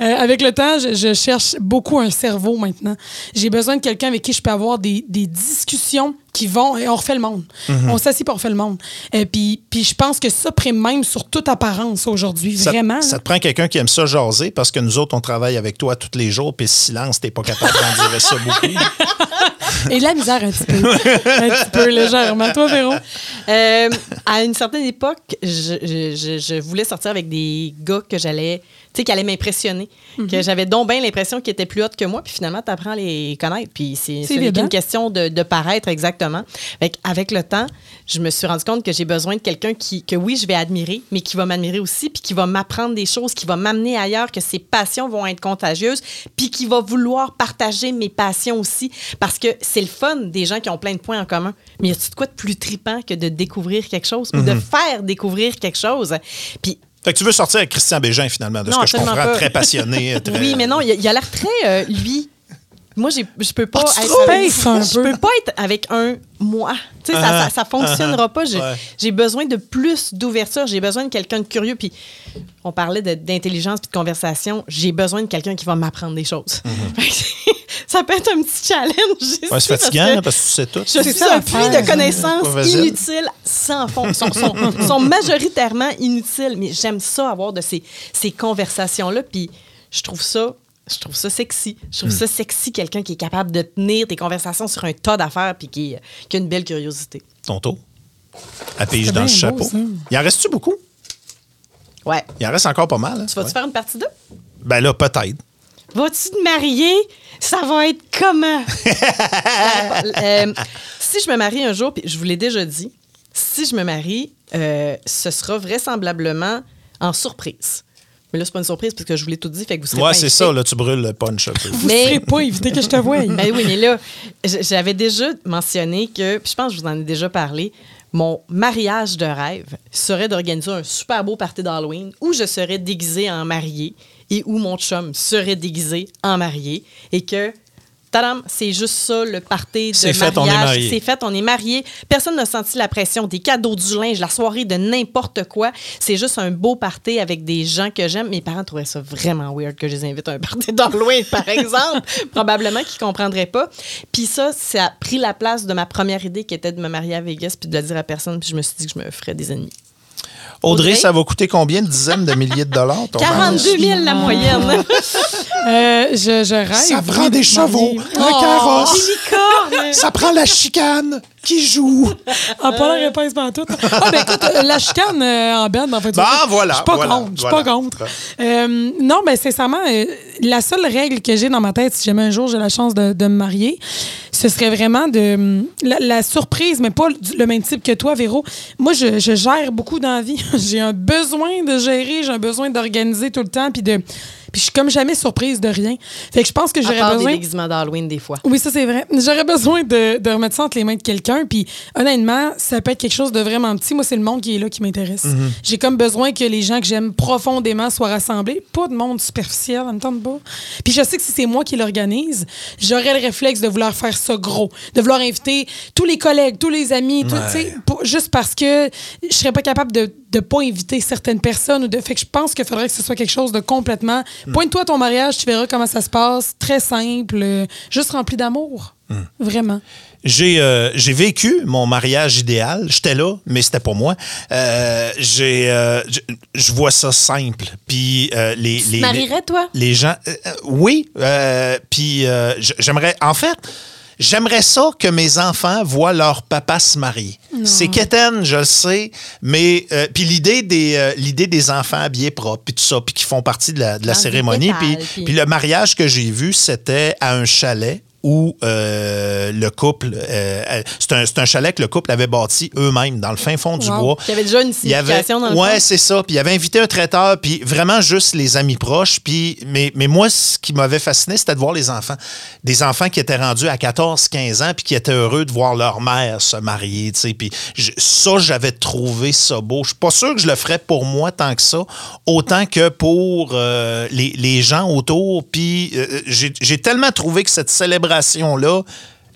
Speaker 3: Euh, avec le temps, je, je cherche beaucoup un cerveau maintenant. J'ai besoin de quelqu'un avec qui je peux avoir des, des discussions qui vont et on refait le monde.
Speaker 2: Mhm.
Speaker 3: On s'assied pour on refait le monde. Euh, Puis puis je pense que ça prime même sur toute apparence aujourd'hui.
Speaker 2: Ça,
Speaker 3: Vraiment.
Speaker 2: ça te prend quelqu'un qui aime ça jaser parce que nous autres, on travaille avec toi tous les jours, puis silence, t'es pas capable d'en dire ça beaucoup.
Speaker 3: Et de la misère un petit peu. un petit peu légèrement. Toi, Véron?
Speaker 4: Euh, à une certaine époque, je, je- je- je voulais sortir avec des gars que j'allais, tu sais, qui allaient m'impressionner.
Speaker 3: Mhm.
Speaker 4: Que j'avais donc bien l'impression qu'ils étaient plus hauts que moi, puis finalement, tu apprends à les connaître. Puis c'est ce n'est
Speaker 3: évident.
Speaker 4: qu'une question de, de paraître exactement. Fait avec le temps, je me suis rendu compte que j'ai besoin de quelqu'un qui, que oui, je vais admirer, mais qui va m'admirer aussi, puis qui va m'apprendre des choses, qui va m'amener ailleurs, que ses passions vont être contagieuses, puis qui va vouloir partager mes passions aussi, parce que c'est le fun des gens qui ont plein de points en commun. Mais y a-tu de quoi de plus tripant que de découvrir quelque chose ou de faire découvrir quelque chose? Puis
Speaker 2: Fait que tu veux sortir avec Christian Bégin, finalement, de ce
Speaker 4: Non,
Speaker 2: que je
Speaker 4: absolument
Speaker 2: comprends,
Speaker 4: pas.
Speaker 2: très passionné. Très...
Speaker 4: Oui, mais non, il a- il a l'air très, euh, lui. Moi, j'ai- je peux pas
Speaker 2: Ah, tu
Speaker 4: être. avec-
Speaker 3: trouves? Un
Speaker 4: je
Speaker 3: peu.
Speaker 4: peux pas être avec un moi. Tu sais, ça,
Speaker 2: Ah,
Speaker 4: ça, ça fonctionnera
Speaker 2: ah,
Speaker 4: pas. J'ai
Speaker 2: ouais.
Speaker 4: j'ai besoin de plus d'ouverture. J'ai besoin de quelqu'un de curieux. Puis, on parlait de- d'intelligence puis de conversation. J'ai besoin de quelqu'un qui va m'apprendre des choses. ça peut être un petit challenge. ici,
Speaker 2: Mhm. Ouais,
Speaker 4: parce
Speaker 2: c'est fatigant,
Speaker 4: que-
Speaker 2: là, parce que tu sais tout.
Speaker 4: je suis
Speaker 3: ça,
Speaker 4: un puits
Speaker 3: l'affaire.
Speaker 4: de connaissances
Speaker 2: Pas facile.
Speaker 4: inutiles sans fond. Sont, sont, sont majoritairement inutiles, mais j'aime ça avoir de ces, ces conversations-là. Puis je trouve ça. Je trouve ça sexy. Je
Speaker 2: Hmm.
Speaker 4: trouve ça sexy, quelqu'un qui est capable de tenir des conversations sur un tas d'affaires puis qui, qui a une belle curiosité.
Speaker 2: Ton tour. À pige
Speaker 3: C'était
Speaker 2: dans le
Speaker 3: bien
Speaker 2: chapeau.
Speaker 3: beau, ça.
Speaker 2: Il en reste-tu beaucoup?
Speaker 4: Ouais.
Speaker 2: Il en reste encore pas mal. hein?
Speaker 4: Tu vas-tu
Speaker 2: Ouais.
Speaker 4: faire une partie d'eux?
Speaker 2: Ben là, peut-être.
Speaker 4: Vas-tu te marier? Ça va être comment? Euh, si je me marie un jour, puis je vous l'ai déjà dit, si je me marie, euh, ce sera vraisemblablement en surprise. Mais là, c'est pas une surprise parce que je vous l'ai tout dit, fait que vous serez
Speaker 2: Ouais,
Speaker 4: pas
Speaker 2: c'est
Speaker 4: invité.
Speaker 2: ça, là, tu brûles le punch un peu.
Speaker 3: Vous ne serez pas éviter que je te voie.
Speaker 4: Ben oui, mais là, j- j'avais déjà mentionné que, puis je pense que je vous en ai déjà parlé, mon mariage de rêve serait d'organiser un super beau party d'Halloween où je serais déguisée en mariée et où mon chum serait déguisé en marié et que, tadam, c'est juste ça le party de
Speaker 2: C'est fait, on est
Speaker 4: mariage.
Speaker 2: marié.
Speaker 4: C'est c'est fait, on est mariés. Personne n'a senti la pression des cadeaux du linge, la soirée de n'importe quoi. C'est juste un beau party avec des gens que j'aime. Mes parents trouvaient ça vraiment weird que je les invite à un party d'Halloween, par exemple. Probablement qu'ils comprendraient pas. Puis ça, ça a pris la place de ma première idée qui était de me marier à Vegas puis de le dire à personne. Puis je me suis dit que je me ferais des ennemis.
Speaker 2: Audrey,
Speaker 4: Audrey?
Speaker 2: ça va coûter combien de dizaines de milliers de dollars ton mariage?
Speaker 4: 42 000 la moyenne.
Speaker 3: Euh, je, je rêve.
Speaker 2: Ça prend des chevaux,
Speaker 3: Mariée.
Speaker 2: un
Speaker 4: Oh,
Speaker 2: carrosse,
Speaker 4: Licorne!
Speaker 2: ça prend la chicane qui joue.
Speaker 3: Ah, pas la réponse pantoute. Ah, ben écoute, euh, la chicane euh, en bande, en fait.
Speaker 2: Bah, voilà,
Speaker 3: Je suis pas
Speaker 2: voilà,
Speaker 3: contre. Je suis
Speaker 2: voilà.
Speaker 3: pas contre. Euh, non, ben, sincèrement, euh, la seule règle que j'ai dans ma tête, si jamais un jour j'ai la chance de, de me marier, ce serait vraiment de. hum, La, la surprise, mais pas du- le même type que toi, Véro. Moi, je, je gère beaucoup d'envie. j'ai un besoin de gérer, j'ai un besoin d'organiser tout le temps, puis de. Puis je suis comme jamais surprise de rien. Fait que je pense que
Speaker 4: À
Speaker 3: j'aurais
Speaker 4: part des
Speaker 3: besoin.
Speaker 4: déguisements d'Halloween des fois.
Speaker 3: Oui, ça c'est vrai. J'aurais besoin de, de remettre ça entre les mains de quelqu'un. Puis honnêtement, ça peut être quelque chose de vraiment petit. Moi, c'est le monde qui est là qui m'intéresse. J'ai comme besoin que les gens que j'aime profondément soient rassemblés. Pas de monde superficiel, en me tente pas. Puis je sais que si c'est moi qui l'organise, j'aurais le réflexe de vouloir faire ça gros, de vouloir inviter tous les collègues, tous les amis, tout, tu sais, pour- juste parce que je serais pas capable de de pas inviter certaines personnes ou de fait que je pense qu'il faudrait que ce soit quelque chose de complètement pointe-toi à ton mariage tu verras comment ça se passe très simple euh, juste rempli d'amour vraiment
Speaker 2: J'ai euh, j'ai vécu mon mariage idéal. J'étais là, mais c'était pas moi. Euh, j'ai euh, j- je vois ça simple. Puis euh, les
Speaker 4: te
Speaker 2: les les-
Speaker 4: marierais, toi?
Speaker 2: Les gens, euh, euh, oui. euh, puis euh, j- j'aimerais, en fait. J'aimerais ça que mes enfants voient leur papa se marier. C'est quétaine, je le sais, mais euh, puis l'idée des euh, l'idée des enfants habillés propres puis tout ça puis qui font partie de la, de la
Speaker 4: Dans Ah, des
Speaker 2: cérémonie puis
Speaker 4: pétales, puis-
Speaker 2: puis le mariage que j'ai vu, c'était à un chalet où euh, le couple, euh, euh, c'est un, c'est un chalet que le couple avait bâti eux-mêmes dans le fin fond du
Speaker 3: Wow.
Speaker 2: bois.
Speaker 4: Il y avait déjà une
Speaker 2: Il y avait,
Speaker 4: signification dans le
Speaker 2: ouais,
Speaker 4: fond.
Speaker 2: c'est ça. Puis il avait invité un traiteur, puis vraiment juste les amis proches. Puis, mais, mais moi, ce qui m'avait fasciné, c'était de voir les enfants. Des enfants qui étaient rendus à 14, 15 ans, puis qui étaient heureux de voir leur mère se marier. tu sais. Puis je- ça, j'avais trouvé ça beau. Je suis pas sûr que je le ferais pour moi tant que ça, autant que pour euh, les, les gens autour. Puis euh, j'ai j'ai tellement trouvé que cette célébration-là,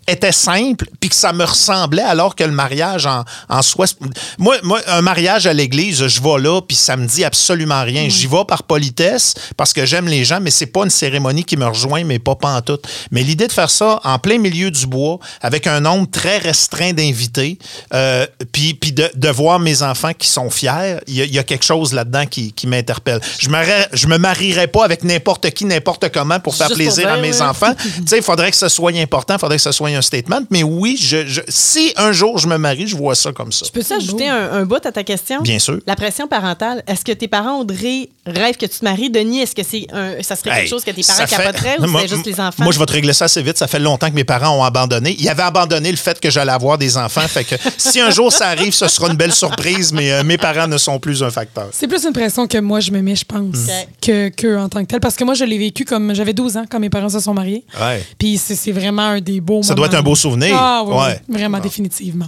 Speaker 2: était simple, puis que ça me ressemblait, alors que le mariage en, en soi... c'est- Moi, moi, un mariage à l'église, je vais là, puis ça me dit absolument
Speaker 4: Mm.
Speaker 2: rien. J'y vais par politesse, parce que j'aime les gens, mais c'est pas une cérémonie qui me rejoint, mais pas pantoute. Mais l'idée de faire ça en plein milieu du bois, avec un nombre très restreint d'invités, euh, puis puis de, de voir mes enfants qui sont fiers, il y, a- il y a quelque chose là-dedans qui, qui m'interpelle. Je me, ra- je me marierai pas avec n'importe qui, n'importe comment, pour faire
Speaker 4: Juste pour
Speaker 2: plaisir à
Speaker 4: dire,
Speaker 2: mes
Speaker 4: ouais.
Speaker 2: enfants enfants. Tu sais, il faudrait que ce soit important, il faudrait que ce soit un statement. Mais oui, je, je- si un jour je me marie, je vois ça comme ça.
Speaker 4: Peux-tu ajouter un, un bout à ta question?
Speaker 2: Bien sûr.
Speaker 4: La pression parentale, est-ce que tes parents, Audrey, rêvent que tu te maries? Denis, est-ce que c'est un, ça serait
Speaker 2: Hey,
Speaker 4: quelque chose que tes
Speaker 2: ça
Speaker 4: parents
Speaker 2: fait-
Speaker 4: capoteraient ou
Speaker 2: Moi-
Speaker 4: c'est juste les enfants?
Speaker 2: Moi, je vais te régler ça assez vite. Ça fait longtemps que mes parents ont abandonné. Ils avaient abandonné le fait que j'allais avoir des enfants. Fait que si un jour ça arrive, ce sera une belle surprise, mais euh, mes parents ne sont plus un facteur.
Speaker 3: c'est plus une pression que moi je me mets je pense
Speaker 4: Ok.
Speaker 3: que que en tant que tel parce que moi je l'ai vécu comme j'avais 12 ans quand mes parents se sont mariés
Speaker 2: Ouais.
Speaker 3: puis c'est c'est vraiment un des beaux
Speaker 2: Ça
Speaker 3: moments.
Speaker 2: doit être un beau souvenir.
Speaker 3: ah oui, oui,
Speaker 2: Ouais.
Speaker 3: vraiment définitivement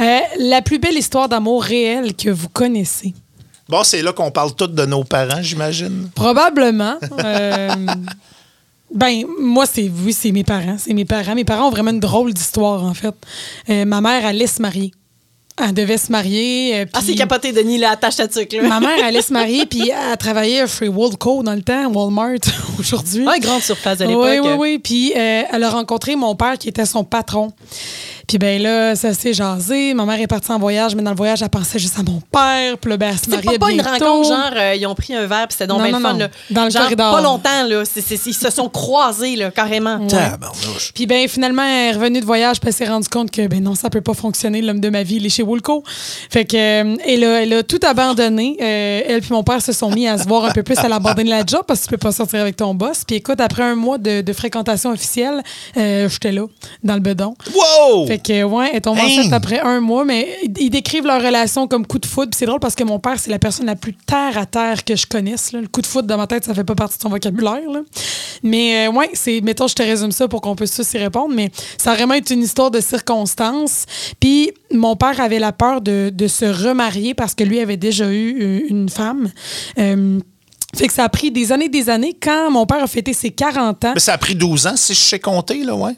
Speaker 3: Euh, la plus belle histoire d'amour réelle que vous connaissez
Speaker 2: Bon, c'est là qu'on parle toutes de nos parents, j'imagine.
Speaker 3: Probablement. Euh, ben, moi, c'est oui, c'est mes parents. C'est mes parents. Mes parents ont vraiment une drôle d'histoire, en fait. Euh, ma mère allait se marier. Elle devait se marier. euh,
Speaker 4: Ah, c'est
Speaker 3: puis-
Speaker 4: capoté, Denis, là, attache ta tuque. Là.
Speaker 3: Ma mère allait se marier, puis elle travaillait à Free World Co. dans le temps, Walmart, aujourd'hui.
Speaker 4: Ouais, grande surface de
Speaker 3: Oui,
Speaker 4: l'époque.
Speaker 3: oui, oui. Puis euh, elle a rencontré mon père qui était son patron. Puis ben là, ça s'est jasé. Ma mère est partie en voyage, mais dans le voyage, elle pensait juste à mon père. Puis là, ben, elle se
Speaker 4: C'est
Speaker 3: mariait
Speaker 4: pas, pas une
Speaker 3: bientôt.
Speaker 4: rencontre genre euh, ils ont pris un verre puis c'était donc
Speaker 3: Non,
Speaker 4: bien
Speaker 3: non,
Speaker 4: le fun
Speaker 3: non.
Speaker 4: là.
Speaker 3: Dans le
Speaker 4: genre,
Speaker 3: corridor.
Speaker 4: pas longtemps là, C'est- c'est- ils se sont croisés là carrément.
Speaker 2: Tabarnouche.
Speaker 3: Puis ben finalement, elle est revenue de voyage, puis elle s'est rendue compte que ben non, ça peut pas fonctionner. L'homme de ma vie, il est chez Woolco. Fait que euh, elle, a, elle a tout abandonné. Euh, elle puis mon père se sont mis à se voir un peu plus. Elle a abandonné la job parce que tu peux pas sortir avec ton boss. Puis écoute, après un mois de, de fréquentation officielle, euh, j'étais là dans le bedon.
Speaker 2: Wow!
Speaker 3: Fait que, ouais, elle tombe
Speaker 2: Hey!
Speaker 3: enceinte après un mois, mais ils- ils décrivent leur relation comme coup de foudre. Puis c'est drôle parce que mon père, c'est la personne la plus terre à terre que je connaisse. là. Le coup de foudre dans ma tête, ça fait pas partie de son vocabulaire. là. Mais euh, ouais, c'est, mettons, je te résume ça pour qu'on puisse tous y répondre, mais ça a vraiment été une histoire de circonstances. Puis mon père avait la peur de, de se remarier parce que lui avait déjà eu euh, une femme. Euh, fait que ça a pris des années des années. Quand mon père a fêté ses 40 ans,
Speaker 2: Mais ça a pris 12 ans, si je sais compter, là, ouais.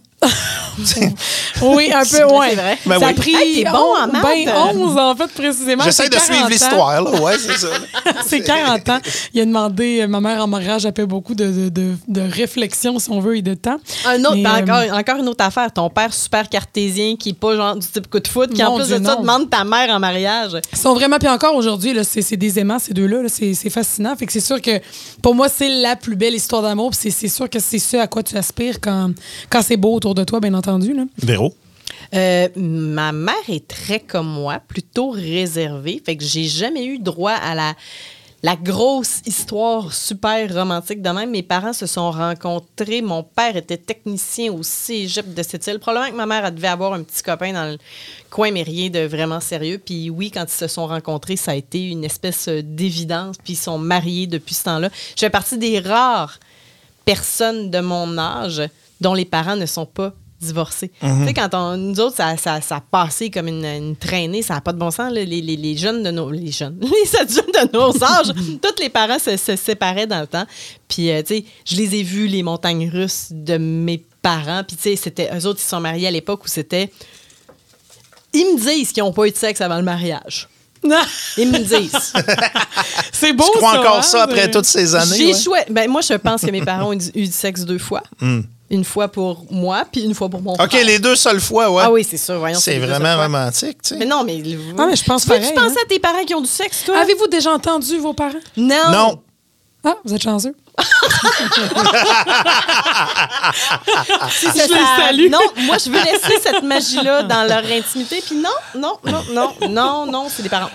Speaker 3: Oui, un
Speaker 4: C'est
Speaker 3: peu,
Speaker 4: vrai,
Speaker 3: ouais.
Speaker 4: c'est vrai.
Speaker 2: Ben
Speaker 3: ça a
Speaker 2: oui.
Speaker 3: pris
Speaker 4: Hey, t'es bon en maths. euh.
Speaker 3: ben 11, en fait, précisément.
Speaker 2: J'essaie
Speaker 3: C'est
Speaker 2: de
Speaker 3: 40
Speaker 2: suivre
Speaker 3: ans.
Speaker 2: l'histoire, là, ouais, c'est ça.
Speaker 3: C'est 40 ans. Il a demandé, euh, ma mère en mariage, appelle beaucoup de, de, de, de réflexion, si on veut, et de temps.
Speaker 4: Un autre,
Speaker 3: Mais,
Speaker 4: ben,
Speaker 3: euh,
Speaker 4: encore, encore une autre affaire. Ton père super cartésien qui est pas genre du type coup de foot, qui en
Speaker 3: Mon
Speaker 4: plus
Speaker 3: Dieu,
Speaker 4: de ça
Speaker 3: non.
Speaker 4: demande ta mère en mariage.
Speaker 3: Ils sont vraiment, puis encore aujourd'hui, là, c'est c'est des aimants, ces deux-là. là. c'est c'est fascinant. Fait que c'est sûr que pour moi, c'est la plus belle histoire d'amour. Puis c'est- c'est sûr que c'est ce à quoi tu aspires quand, quand c'est beau autour de toi, bien entendu. Là.
Speaker 2: Véro.
Speaker 4: Euh, ma mère est très comme moi, plutôt réservée. Fait que j'ai jamais eu droit à la, la grosse histoire super romantique de même. Mes parents se sont rencontrés. Mon père était technicien au cégep de cette île. Probablement que ma mère elle devait avoir un petit copain dans le coin, mais rien de vraiment sérieux. Puis oui, quand ils se sont rencontrés, ça a été une espèce euh, d'évidence. Puis ils sont mariés depuis ce temps-là. Je fais partie des rares personnes de mon âge dont les parents ne sont pas divorcés. Tu sais, quand on, nous autres, ça, ça, ça a passé comme une, une traînée, ça n'a pas de bon sens. là. Les, les- les jeunes de nos... Les jeunes. Les adultes de nos âges, tous les parents se, se séparaient dans le temps. Puis, euh, tu sais, je les ai vus, les montagnes russes de mes parents. Puis, tu sais, c'était... Eux autres, ils sont mariés à l'époque où c'était... Ils me disent qu'ils n'ont pas eu de sexe avant le mariage. Ils me disent.
Speaker 3: c'est beau,
Speaker 2: Tu crois
Speaker 4: Oh,
Speaker 3: ça,
Speaker 2: encore
Speaker 3: hein,
Speaker 2: ça après
Speaker 3: c'est-
Speaker 2: toutes ces années?
Speaker 4: J'ai
Speaker 2: ouais?
Speaker 4: choué- Ben, moi, je pense que mes parents ont eu du- eu du sexe deux fois. Une fois pour moi, puis une fois pour mon
Speaker 2: Hmm. OK,
Speaker 4: frère.
Speaker 2: les deux seules fois, ouais.
Speaker 4: Ah oui, c'est sûr, voyons.
Speaker 2: c'est
Speaker 4: les deux
Speaker 2: vraiment
Speaker 4: seules fois.
Speaker 2: romantique, tu sais.
Speaker 4: Mais non, mais.
Speaker 3: Ah, mais je pense
Speaker 4: tu veux-
Speaker 3: pareil,
Speaker 4: Tu penses
Speaker 3: hein.
Speaker 4: à tes parents qui ont du sexe, toi?
Speaker 3: Avez-vous déjà entendu vos parents?
Speaker 4: Non.
Speaker 2: Non.
Speaker 3: Ah, vous êtes chanceux.
Speaker 4: Si
Speaker 3: je les salue.
Speaker 4: Non, moi, je veux laisser cette magie-là dans leur intimité, puis non, non, non, non, non, non, c'est des parents.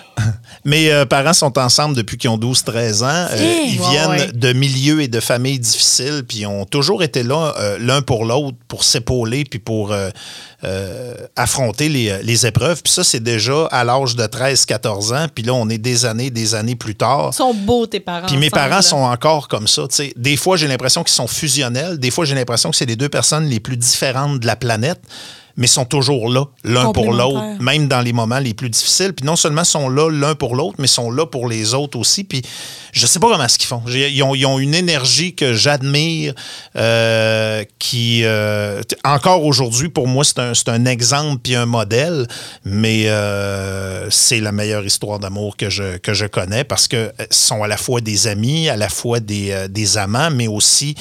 Speaker 2: Mes euh, parents sont ensemble depuis qu'ils ont 12-13 ans. Euh,
Speaker 3: Hey!
Speaker 2: ils
Speaker 4: Ouais,
Speaker 2: viennent
Speaker 4: ouais.
Speaker 2: de milieux et de familles difficiles, puis ils ont toujours été là euh, l'un pour l'autre, pour s'épauler, puis pour euh, euh, affronter les, euh, les épreuves. Puis ça, c'est déjà à l'âge de 13-14 ans. Puis là, on est des années, des années plus tard.
Speaker 4: Ils sont beaux, tes parents.
Speaker 2: Puis mes
Speaker 4: ensemble,
Speaker 2: parents
Speaker 4: Ah, là.
Speaker 2: sont encore comme ça. tu sais. Des fois, j'ai l'impression qu'ils sont fusionnels. Des fois, j'ai l'impression que c'est les deux personnes les plus différentes de la planète, mais sont toujours là, l'un pour l'autre,
Speaker 3: Complémentaires.
Speaker 2: même dans les moments les plus difficiles. Puis non seulement sont là l'un pour l'autre, mais sont là pour les autres aussi. Puis je sais pas comment ce qu'ils font. J'ai- Ils ont, ils ont une énergie que j'admire, euh, qui, euh, t- encore aujourd'hui, pour moi, c'est un, c'est un exemple puis un modèle, mais euh, c'est la meilleure histoire d'amour que je, que je connais parce que euh, sont à la fois des amis, à la fois des, euh, des amants, mais aussi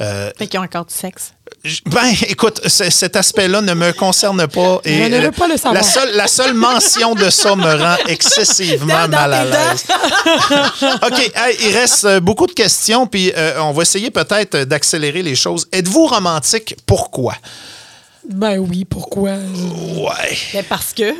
Speaker 2: euh,
Speaker 4: Fait qu'ils ont encore du sexe.
Speaker 2: je- Ben, écoute, c- cet aspect-là ne me concerne pas. Et
Speaker 3: Je ne veux
Speaker 2: euh,
Speaker 3: pas le savoir.
Speaker 2: La seule, la seule mention de ça me rend excessivement
Speaker 4: Dans- dans
Speaker 2: mal à
Speaker 4: tes
Speaker 2: l'aise. OK, hey, il reste euh, beaucoup de questions, puis euh, on va essayer peut-être euh, d'accélérer les choses. Êtes-vous romantique? Pourquoi?
Speaker 3: Ben oui, pourquoi?
Speaker 2: Hmm. Ouais.
Speaker 4: Mais parce que.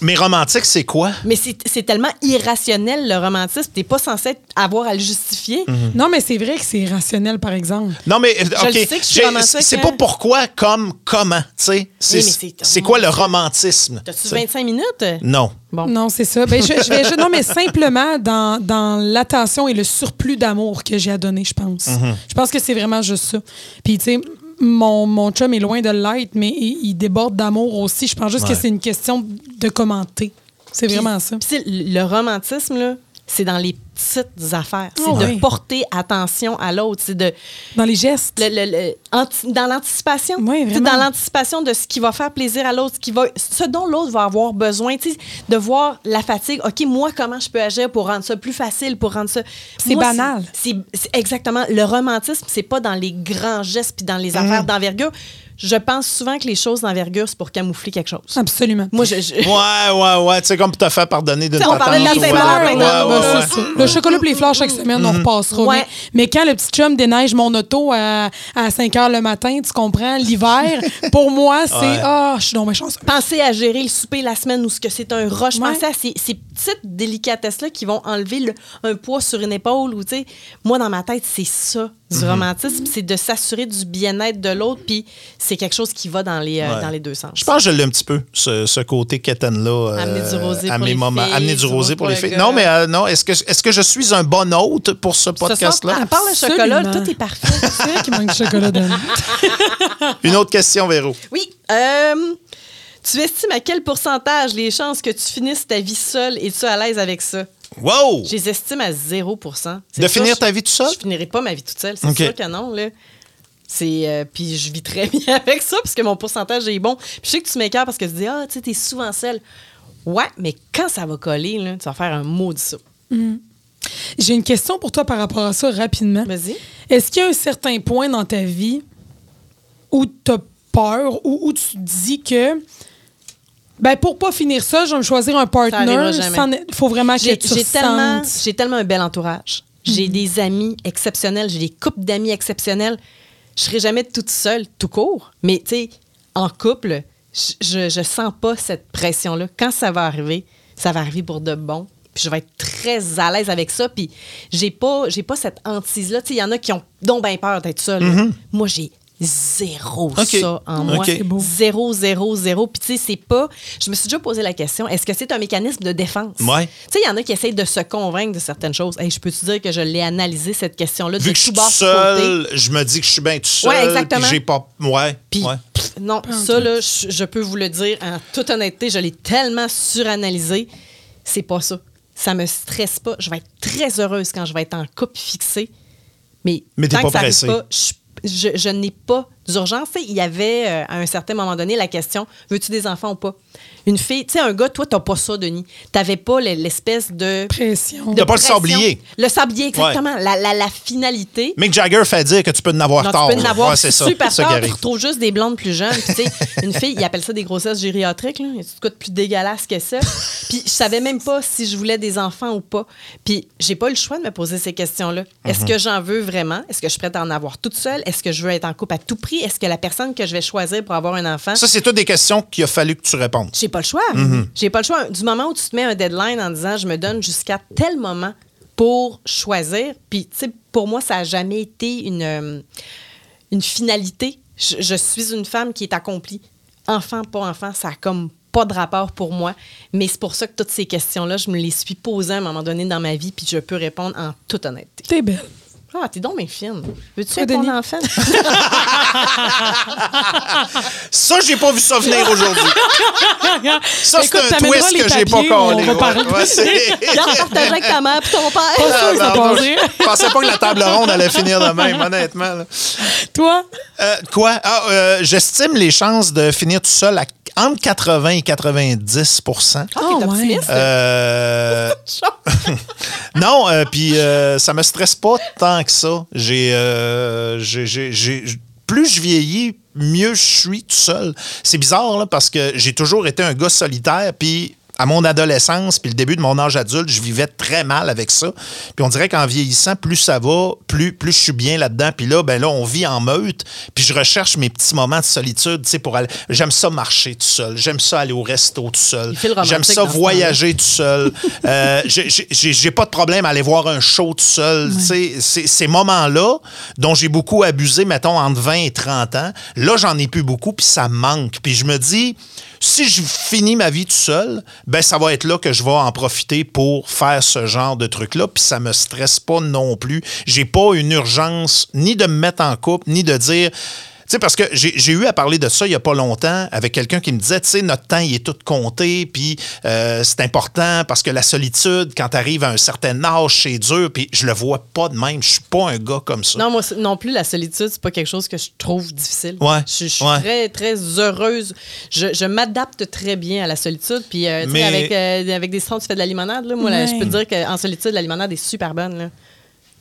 Speaker 2: Mais romantique, c'est quoi?
Speaker 4: Mais c'est c'est tellement irrationnel, le romantisme. T'es pas censé avoir à le justifier.
Speaker 2: Mhm.
Speaker 3: Non, mais c'est vrai que c'est irrationnel, par exemple.
Speaker 2: Non, mais euh,
Speaker 4: Je
Speaker 2: OK.
Speaker 4: le sais que je suis
Speaker 2: j'ai-
Speaker 4: romantique,
Speaker 2: C'est
Speaker 4: hein.
Speaker 2: pas pourquoi, comme, comment, tu sais. C'est
Speaker 4: Oui, mais c'est-
Speaker 2: c'est quoi le romantisme?
Speaker 4: T'as-tu
Speaker 2: tu sais?
Speaker 4: 25 minutes?
Speaker 2: Non.
Speaker 4: Bon.
Speaker 3: Non, c'est ça. Ben, je, je vais, je- non, mais simplement dans, dans l'attention et le surplus d'amour que j'ai à donner, je pense. Je pense que c'est vraiment juste ça. Puis, tu sais, mon, mon chum est loin de l'être, mais il, il déborde d'amour aussi. Je pense juste
Speaker 2: Ouais.
Speaker 3: que c'est une question de commenter. C'est
Speaker 4: Puis-
Speaker 3: vraiment ça.
Speaker 4: puis c'est- le romantisme, là, c'est dans les petites affaires. C'est
Speaker 3: Ah ouais.
Speaker 4: de porter attention à l'autre. C'est de.
Speaker 3: Dans les gestes.
Speaker 4: le- le- le- anti- dans l'anticipation.
Speaker 3: Oui,
Speaker 4: Tu sais,
Speaker 3: vraiment.
Speaker 4: dans l'anticipation de ce qui va faire plaisir à l'autre, ce, qui va- ce dont l'autre va avoir besoin. tu sais, De voir la fatigue. OK, moi, comment je peux agir pour rendre ça plus facile, pour rendre ça.
Speaker 3: C'est
Speaker 4: Moi,
Speaker 3: banal.
Speaker 4: C'est c'est exactement. Le romantisme, c'est pas dans les grands gestes puis dans les
Speaker 3: Mm.
Speaker 4: affaires d'envergure. Je pense souvent que les choses d'envergure, c'est pour camoufler quelque chose.
Speaker 3: Absolument.
Speaker 4: Moi, je- je,
Speaker 2: Ouais, ouais, ouais. Tu sais, comme pour te faire pardonner d'une
Speaker 4: Tu sais, on parlait de la
Speaker 2: patente,
Speaker 4: Saint-Valentin
Speaker 2: ouais,
Speaker 4: tantôt,
Speaker 2: ouais,
Speaker 4: là.
Speaker 2: ouais. Mhm.
Speaker 3: Ben, c'est ça. Le chocolat pour les fleurs chaque semaine, on repassera.
Speaker 4: Ouais.
Speaker 3: Mais, mais quand le petit chum déneige mon auto à, à 5 h le matin, tu comprends, l'hiver, pour moi,
Speaker 2: Ouais.
Speaker 3: c'est Ah, je suis dans ma chance.
Speaker 4: Pensez à gérer le souper la semaine ou ce que c'est un rush.
Speaker 3: Ouais.
Speaker 4: Pensez à ces, ces petites délicatesses-là qui vont enlever le- un poids sur une épaule. Ou, tu sais, moi, dans ma tête, c'est ça, du
Speaker 2: Mhm.
Speaker 4: romantisme, c'est de s'assurer du bien-être de l'autre, puis c'est quelque chose qui va dans les, euh,
Speaker 2: Ouais.
Speaker 4: dans les deux sens.
Speaker 2: Je pense que je l'ai un petit peu, ce, ce côté quétaine-là. euh,
Speaker 4: Amener du rosé
Speaker 2: à
Speaker 4: pour
Speaker 2: mes
Speaker 4: les
Speaker 2: moments.
Speaker 4: filles,
Speaker 2: Amener du
Speaker 4: du
Speaker 2: rosé
Speaker 4: rosé
Speaker 2: pour
Speaker 4: pour
Speaker 2: les
Speaker 4: le
Speaker 2: filles.
Speaker 4: gars.
Speaker 2: Non, mais euh, non, est-ce que, est que je suis un bon hôte pour ce
Speaker 4: Ce soir,
Speaker 2: podcast-là?
Speaker 4: à part le chocolat,
Speaker 3: Absolument.
Speaker 4: tout est parfait.
Speaker 3: C'est vrai qu'il manque de chocolat dedans.
Speaker 2: Une autre question, Véro.
Speaker 4: Oui. euh, tu estimes à quel pourcentage les chances que tu finisses ta vie seule et tu à l'aise avec ça?
Speaker 2: Wow!
Speaker 4: Je les estime à 0 C'est
Speaker 2: De
Speaker 4: sûr,
Speaker 2: finir
Speaker 4: je-
Speaker 2: ta vie toute seule?
Speaker 4: Je finirai pas ma vie toute seule, c'est
Speaker 2: OK.
Speaker 4: sûr que non. Là. C'est, euh, puis je vis très bien avec ça parce que mon pourcentage est bon. Puis je sais que tu m'écœures parce que tu dis Ah, tu sais, t'es souvent seule. Ouais, mais quand ça va coller, là, tu vas faire un mot de ça.
Speaker 3: J'ai une question pour toi par rapport à ça rapidement.
Speaker 4: Vas-y.
Speaker 3: Est-ce qu'il y a un certain point dans ta vie où tu as peur ou où tu te dis que ben pour pas finir ça, je vais me choisir un
Speaker 4: arrivera
Speaker 3: partner.
Speaker 4: jamais.
Speaker 3: Il faut vraiment que
Speaker 4: J'ai
Speaker 3: tu
Speaker 4: j'ai tellement,
Speaker 3: ressentes.
Speaker 4: j'ai tellement un bel entourage. J'ai des amis exceptionnels, j'ai des couples d'amis exceptionnels. Je serai jamais toute seule, tout court. Mais tu sais, en couple, je- je, je sens pas cette pression-là. Quand ça va arriver, ça va arriver pour de bon. Puis je vais être très à l'aise avec ça. Puis j'ai pas, j'ai pas cette hantise-là. Tu sais, il y en a qui ont donc bien peur d'être seule. Moi, j'ai zéro
Speaker 2: Ok.
Speaker 4: ça en
Speaker 2: Ok.
Speaker 4: moi.
Speaker 2: C'est
Speaker 3: beau.
Speaker 4: Zéro, zéro, zéro. Puis tu sais, c'est pas. Je me suis déjà posé la question est-ce que c'est un mécanisme de défense
Speaker 2: Ouais.
Speaker 4: tu sais, il y en a qui essayent de se convaincre de certaines choses. Hey, je peux te dire que je l'ai analysé, cette question-là, de
Speaker 2: Vu que je
Speaker 4: tout
Speaker 2: suis
Speaker 4: bord
Speaker 2: tout
Speaker 4: tout côté.
Speaker 2: seul, je me dis que je suis bien tout seul.
Speaker 4: Ouais, exactement.
Speaker 2: puis j'ai pas. Ouais.
Speaker 4: Puis,
Speaker 2: ouais.
Speaker 4: pff, non, ça, là, je, je peux vous le dire en toute honnêteté, je l'ai tellement suranalysé. C'est pas ça. Ça me stresse pas. Je vais être très heureuse quand je vais être en couple fixé. Mais,
Speaker 2: Mais t'es
Speaker 4: tant
Speaker 2: pas
Speaker 4: que ça arrive
Speaker 2: pressée.
Speaker 4: pas, je, je- je n'ai pas d'urgence. Tu sais, Il y avait, euh, à un certain moment donné, la question veux-tu des enfants ou pas Une fille, tu sais, un gars, toi, t'as pas ça, Denis. T'avais pas l'espèce de.
Speaker 3: Pression.
Speaker 4: de
Speaker 2: T'as pas le
Speaker 4: pression.
Speaker 2: sablier.
Speaker 4: Le sablier, exactement. La, la, la finalité.
Speaker 2: Mick Jagger fait dire que tu peux en avoir
Speaker 4: Non,
Speaker 2: tard.
Speaker 4: tu peux en
Speaker 2: là.
Speaker 4: avoir
Speaker 2: Ouais, c'est ça.
Speaker 4: super
Speaker 2: C'est ça qui
Speaker 4: tard. Tu
Speaker 2: arrive.
Speaker 4: retrouves juste des blondes plus jeunes. Puis, tu sais, une fille, ils appellent ça des grossesses gériatriques. Là. Il y a tout de quoi de plus dégueulasse que ça. Puis je savais même pas si je voulais des enfants ou pas. Puis j'ai pas eu le choix de me poser ces questions-là.
Speaker 2: Mhm.
Speaker 4: Est-ce que j'en veux vraiment? Est-ce que je suis prête à en avoir toute seule? Est-ce que je veux être en couple à tout prix? Est-ce que la personne que je vais choisir pour avoir un enfant
Speaker 2: Ça, c'est toutes des questions qu'il a fallu que tu répondes.
Speaker 4: j'ai pas le choix. J'ai pas le choix. Du moment où tu te mets un deadline en disant je me donne jusqu'à tel moment pour choisir, puis tu sais, pour moi, ça a jamais été une, euh, une finalité. Je, je suis une femme qui est accomplie. Enfant, pas enfant, ça a comme pas de rapport pour moi. Mais c'est pour ça que toutes ces questions-là, je me les suis posées à un moment donné dans ma vie, puis je peux répondre en toute honnêteté.
Speaker 3: T'es belle.
Speaker 4: Ah, t'es donc mes films. Veux-tu
Speaker 3: Toi,
Speaker 4: être mon
Speaker 3: Denis?
Speaker 4: enfant?
Speaker 2: Ça, j'ai pas vu ça venir aujourd'hui. Ça, c'est
Speaker 3: Écoute,
Speaker 2: un
Speaker 3: t'amèneras
Speaker 2: twist
Speaker 3: les
Speaker 2: que j'ai pas
Speaker 3: papiers,
Speaker 2: collé.
Speaker 3: on va
Speaker 2: Ouais,
Speaker 3: parler.
Speaker 2: ouais, c'est-
Speaker 4: Viens partager avec ta mère puis ton père.
Speaker 3: Pas sûr que ça
Speaker 2: Ah, pardon.
Speaker 3: passerait.
Speaker 2: Je pensais pas que la table ronde allait finir de même, honnêtement. là.
Speaker 3: Toi,
Speaker 2: Euh, quoi? Ah, euh, J'estime les chances de finir tout seul à entre 80 et 90
Speaker 4: Ah,
Speaker 3: Oh,
Speaker 4: t'es
Speaker 3: ouais.
Speaker 4: optimiste?
Speaker 2: Euh, non, euh, puis euh, ça me stresse pas tant que ça. J'ai, euh, j'ai- j'ai- j'ai- j- plus je vieillis, mieux je suis tout seul. C'est bizarre là, parce que j'ai toujours été un gars solitaire, puis à mon adolescence, puis le début de mon âge adulte, je vivais très mal avec ça. Puis on dirait qu'en vieillissant, plus ça va, plus, plus je suis bien là-dedans. Puis là, ben là, on vit en meute. Puis je recherche mes petits moments de solitude, tu sais, pour aller. J'aime ça marcher tout seul. J'aime ça aller au resto tout seul.
Speaker 4: Il fait le romantique
Speaker 2: J'aime ça
Speaker 4: dans ce temps-là.
Speaker 2: voyager voyager tout seul. Euh, j'ai- j'ai j'ai pas de problème à aller voir un show tout seul. Tu sais, c'est- Ces moments-là, dont j'ai beaucoup abusé, mettons, entre 20 et 30 ans, là, j'en ai plus beaucoup, puis ça me manque. Puis je me dis, si je finis ma vie tout seul, ben ça va être là que je vais en profiter pour faire ce genre de truc-là, puis ça me stresse pas non plus. J'ai pas une urgence ni de me mettre en couple, ni de dire... Tu sais, parce que j'ai j'ai eu à parler de ça il n'y a pas longtemps avec quelqu'un qui me disait, tu sais, notre temps, il est tout compté, puis euh, c'est important parce que la solitude, quand tu arrives à un certain âge, c'est dur, puis je le vois pas de même. Je suis pas un gars comme ça.
Speaker 4: Non, moi c'est- non plus, la solitude, c'est pas quelque chose que je trouve difficile.
Speaker 2: Ouais,
Speaker 4: Je, je suis
Speaker 2: ouais.
Speaker 4: très, très heureuse. Je, je m'adapte très bien à la solitude. Puis, euh, tu sais,
Speaker 2: Mais-
Speaker 4: avec, euh, avec des sons, tu fais de la limonade. Là, moi, là,
Speaker 3: Ouais.
Speaker 4: je peux te dire qu'en solitude, la limonade est super bonne. là.